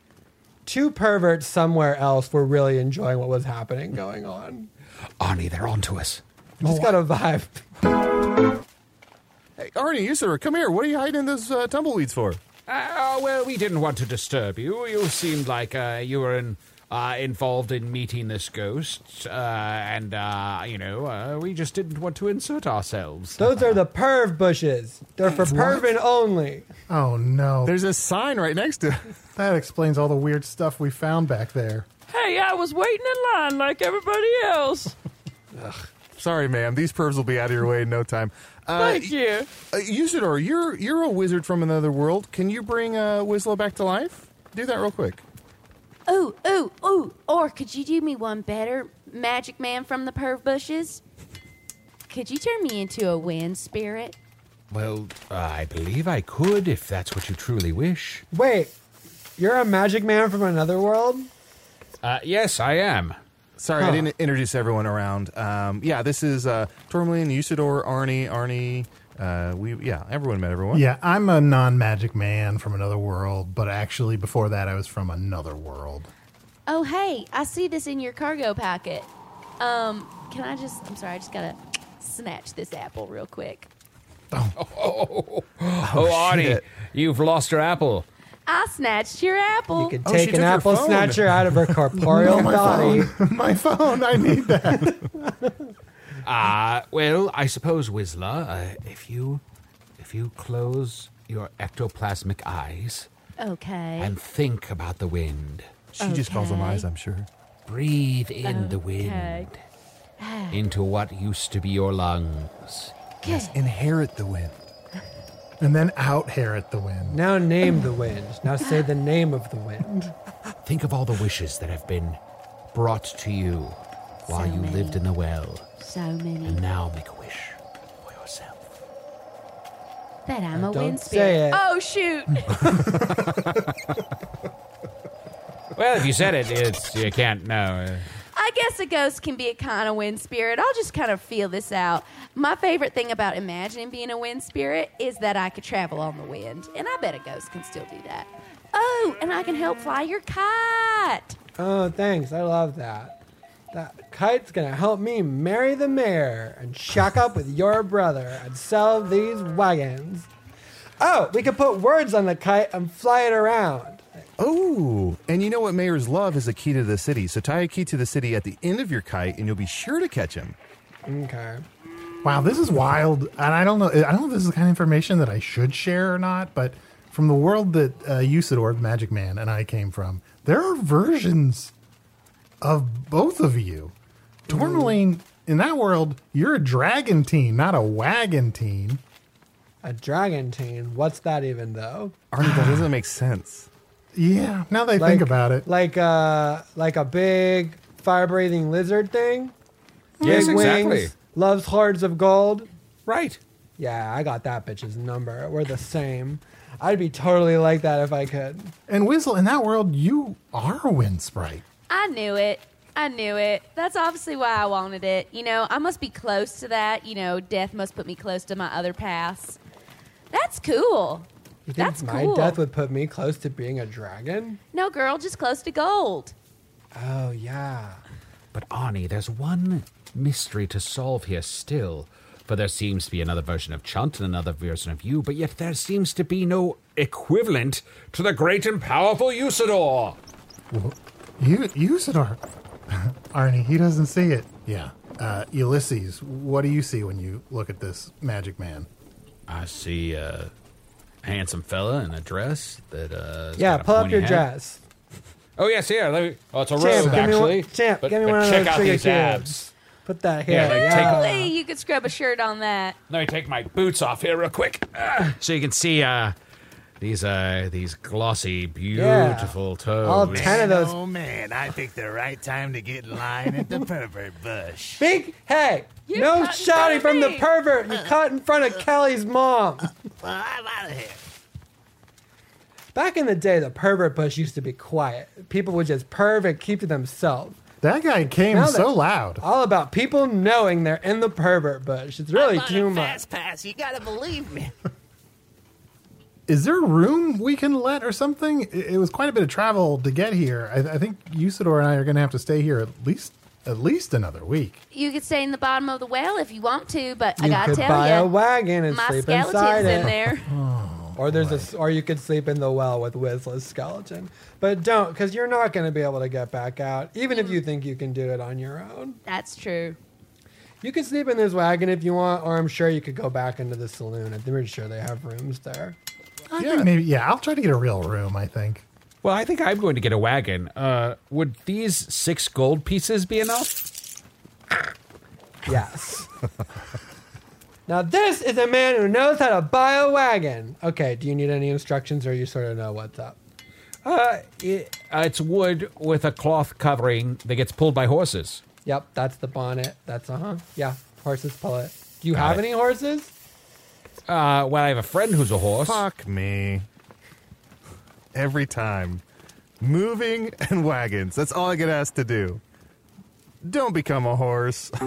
Speaker 5: two perverts somewhere else were really enjoying what was happening going on.
Speaker 12: Arnie, they're onto us.
Speaker 5: Just got a vibe.
Speaker 2: Hey, Arnie, you sir, come here. What are you hiding in those uh, tumbleweeds for?
Speaker 3: Uh, well, we didn't want to disturb you. You seemed like uh, you were in, uh, involved in meeting this ghost, uh, and uh, you know, uh, we just didn't want to insert ourselves.
Speaker 5: Those are the perv bushes. They're for pervin only.
Speaker 4: oh no,
Speaker 2: There's a sign right next to.
Speaker 4: that explains all the weird stuff we found back there.
Speaker 13: Hey, I was waiting in line like everybody else.
Speaker 2: Sorry, ma'am. These pervs will be out of your way in no time. Uh,
Speaker 13: Thank you.
Speaker 2: Uh, Usador, you're you're a wizard from another world. Can you bring uh, Wislow back to life? Do that real quick.
Speaker 6: Ooh, ooh, ooh. Or could you do me one better, magic man from the perv bushes? Could you turn me into a wind spirit?
Speaker 3: Well, uh, I believe I could if that's what you truly wish.
Speaker 5: Wait, you're a magic man from another world?
Speaker 3: Uh, yes, I am.
Speaker 2: Sorry, I didn't introduce everyone around. Um, yeah, this is uh, Tourmaline, Usador, Arnie, Arnie. Uh, we yeah, everyone met everyone.
Speaker 4: Yeah, I'm a non-magic man from another world, but actually before that I was from another world.
Speaker 6: Oh, hey, I see this in your cargo packet. Um, can I just, I'm sorry, I just gotta snatch this apple real quick.
Speaker 3: Oh, Arnie, you've lost your apple.
Speaker 6: I snatched your apple.
Speaker 5: You could
Speaker 2: Oh, she
Speaker 5: take
Speaker 2: took
Speaker 5: an
Speaker 2: your
Speaker 5: apple
Speaker 2: phone.
Speaker 5: snatcher out of her corporeal body.
Speaker 4: My phone, I need that.
Speaker 3: Uh, well, I suppose, Whistler, uh, if you if you close your ectoplasmic eyes
Speaker 6: okay.
Speaker 3: and think about the wind,
Speaker 2: She just calls them
Speaker 6: Okay.
Speaker 2: eyes, I'm sure.
Speaker 3: breathe in
Speaker 6: Uh,
Speaker 3: the wind into what used to be your lungs.
Speaker 6: Yes,
Speaker 2: Inherit the wind.
Speaker 4: and then out at the wind.
Speaker 5: Now name the wind. Now say the name of the wind.
Speaker 3: Think of all the wishes that have been brought to you while
Speaker 6: So
Speaker 3: you
Speaker 6: many.
Speaker 3: lived in the well,
Speaker 6: so many.
Speaker 3: and now make a wish for yourself.
Speaker 6: That I'm a
Speaker 5: Uh, Don't
Speaker 6: wind
Speaker 5: say
Speaker 6: spirit.
Speaker 5: it.
Speaker 6: Oh shoot!
Speaker 3: Well, if you said it, it's you can't know.
Speaker 6: I guess a ghost can be a kind of wind spirit. I'll just kind of feel this out. My favorite thing about imagining being a wind spirit is that I could travel on the wind, and I bet a ghost can still do that. Oh, and I can help fly your kite.
Speaker 5: Oh, thanks. I love that. That kite's gonna help me marry the mayor and shack up with your brother and sell these wagons. Oh, we could put words on the kite and fly it around.
Speaker 2: Oh, and you know what mayors love is a key to the city. So tie a key to the city at the end of your kite, and you'll be sure to catch him.
Speaker 5: Okay.
Speaker 4: Wow, this is wild. And I don't know I don't know if this is the kind of information that I should share or not, but from the world that uh, Usador, the Magic Man, and I came from, there are versions of both of you.
Speaker 2: Mm-hmm.
Speaker 4: Tourmaline, in that world, you're a dragon teen, not a wagon teen.
Speaker 5: A dragon teen. What's that even though?
Speaker 2: Arnie, that doesn't make sense.
Speaker 4: Yeah, now that I think about it.
Speaker 5: Like uh like a big fire breathing lizard thing.
Speaker 3: Yes,
Speaker 5: big
Speaker 3: exactly.
Speaker 5: wings. Loves hordes of gold.
Speaker 3: Right.
Speaker 5: Yeah, I got that bitch's number. We're the same. I'd be totally like that if I could.
Speaker 4: And Whistle, in that world, you are a wind sprite.
Speaker 6: I knew it. I knew it. That's obviously why I wanted it. You know, I must be close to that. You know, death must put me close to my other paths. That's cool.
Speaker 5: You think
Speaker 6: That's
Speaker 5: my
Speaker 6: cool.
Speaker 5: death would put me close to being a dragon?
Speaker 6: No, girl, just close to gold.
Speaker 5: Oh, yeah.
Speaker 3: But Arnie, there's one mystery to solve here still. For there seems to be another version of Chunt and another version of you, but yet there seems to be no equivalent to the great and powerful Usador.
Speaker 4: You, Usador. Arnie, he doesn't see it. Yeah. Uh, Ulysses, what do you see when you look at this magic man?
Speaker 3: I see a handsome fella in a dress that. Uh, has
Speaker 5: Yeah,
Speaker 3: got a
Speaker 5: pull up
Speaker 3: pointy
Speaker 5: your
Speaker 3: hat.
Speaker 5: dress.
Speaker 3: Oh yes, here. Let me, oh, it's a
Speaker 5: Champ,
Speaker 3: robe
Speaker 5: give me one-
Speaker 3: actually.
Speaker 5: champ,
Speaker 3: but,
Speaker 5: give me
Speaker 3: but
Speaker 5: one of
Speaker 3: check
Speaker 5: those
Speaker 3: out
Speaker 5: chicken
Speaker 3: these uh,
Speaker 5: cubes.
Speaker 3: abs.
Speaker 5: Put that here.
Speaker 3: Yeah, like,
Speaker 5: Uh-huh.
Speaker 3: take-
Speaker 6: Really? you could scrub a shirt on that.
Speaker 3: Let me take my boots off here real quick, Ah, so you can see uh, these uh, these glossy, beautiful toes.
Speaker 5: All ten of those.
Speaker 9: Oh man, I picked the right time to get in line at the pervert bush.
Speaker 5: Big, hey,
Speaker 9: You
Speaker 5: no
Speaker 9: cut in front
Speaker 5: shouting
Speaker 9: of
Speaker 5: from the
Speaker 9: me.
Speaker 5: pervert. You cut in front of Kelly's mom.
Speaker 9: Well, I'm out of here.
Speaker 5: Back in the day, the pervert bush used to be quiet. People would just perv and keep to themselves.
Speaker 4: That guy came
Speaker 5: Now
Speaker 4: so
Speaker 5: that's
Speaker 4: loud.
Speaker 5: All about people knowing they're in the pervert bush. It's really too much.
Speaker 9: Fast pass, you gotta believe me.
Speaker 4: Is there room we can let or something? It, it was quite a bit of travel to get here. I, I think Usador and I are going to have to stay here at least at least another week.
Speaker 6: You could stay in the bottom of the well if you want to, but I
Speaker 5: you
Speaker 6: gotta
Speaker 5: could
Speaker 6: tell
Speaker 5: buy
Speaker 6: you,
Speaker 5: a wagon and
Speaker 6: my
Speaker 5: sleep
Speaker 6: skeleton's
Speaker 5: inside it.
Speaker 6: in there.
Speaker 5: or there's a, s- or you could sleep in the well with Wizla's skeleton, but don't because you're not going to be able to get back out, even if you think you can do it on your own.
Speaker 6: That's true.
Speaker 5: You can sleep in this wagon if you want, or I'm sure you could go back into the saloon. I'm pretty sure they have rooms there.
Speaker 4: I think maybe yeah. I'll try to get a real room. I think.
Speaker 3: Well, I think I'm going to get a wagon. Uh, would these six gold pieces be enough?
Speaker 5: Yes. now this is a man who knows how to buy a wagon. Okay, do you need any instructions, or you sort of know what's up?
Speaker 3: Uh, it, uh, it's wood with a cloth covering that gets pulled by horses.
Speaker 5: Yep, that's the bonnet. That's uh huh. Yeah, horses pull it. Do you
Speaker 3: Got
Speaker 5: have
Speaker 3: it.
Speaker 5: any horses?
Speaker 3: Uh, well, I have a friend who's a horse.
Speaker 2: Fuck me. Every time. Moving and wagons. That's all I get asked to do. Don't become a horse.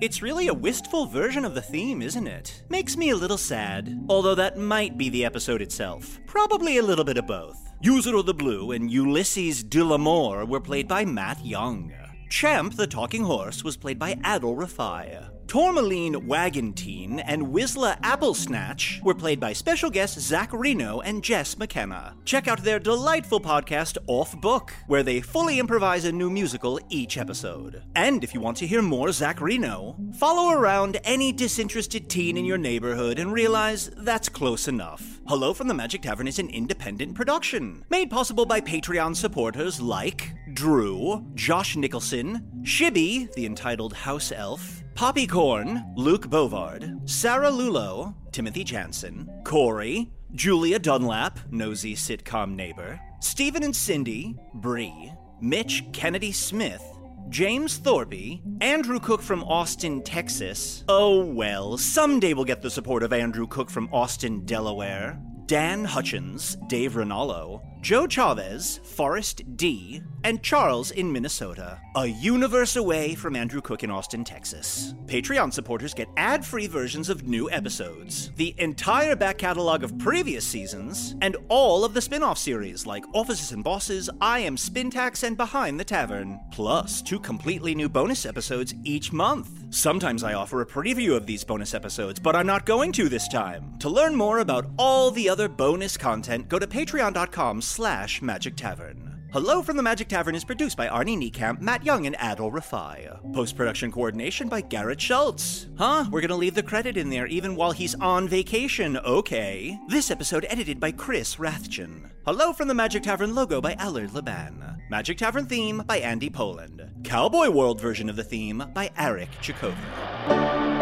Speaker 1: It's really a wistful version of the theme, isn't it? Makes me a little sad, although that might be the episode itself. Probably a little bit of both. Usador the Blue and Ulysses de l'Amour were played by Matt Young. Champ the Talking Horse was played by Adol Rafai. Tourmaline Wagantine and Whistler Applesnatch were played by special guests Zach Reno and Jess McKenna. Check out their delightful podcast, Off Book, where they fully improvise a new musical each episode. And if you want to hear more Zach Reno, follow around any disinterested teen in your neighborhood and realize that's close enough. Hello from the Magic Tavern is an independent production made possible by Patreon supporters like Drew, Josh Nicholson, Shibby, the entitled house elf, Poppy Corn, Luke Bovard, Sarah Lulo, Timothy Jansen, Corey, Julia Dunlap, nosy sitcom neighbor, Stephen and Cindy, Bree, Mitch Kennedy Smith, James Thorpe, Andrew Cook from Austin, Texas. Oh well, someday we'll get the support of Andrew Cook from Austin, Delaware. Dan Hutchins, Dave Rinaldo, Joe Chavez, Forrest D, and Charles in Minnesota. A universe away from Andrew Cook in Austin, Texas. Patreon supporters get ad free versions of new episodes, the entire back catalog of previous seasons, and all of the spin off series like Offices and Bosses, I Am Spintax, and Behind the Tavern. Plus, two completely new bonus episodes each month. Sometimes I offer a preview of these bonus episodes, but I'm not going to this time. To learn more about all the other bonus content, go to patreon.com slash magic tavern. Hello from the Magic Tavern is produced by Arnie Niekamp, Matt Young, and Adol Rafai. Post production coordination by Garrett Schultz. Huh? We're gonna leave the credit in there even while he's on vacation, okay? This episode edited by Chris Rathjen. Hello from the Magic Tavern logo by Allard Laban. Magic Tavern theme by Andy Poland. Cowboy World version of the theme by Eric Chakova.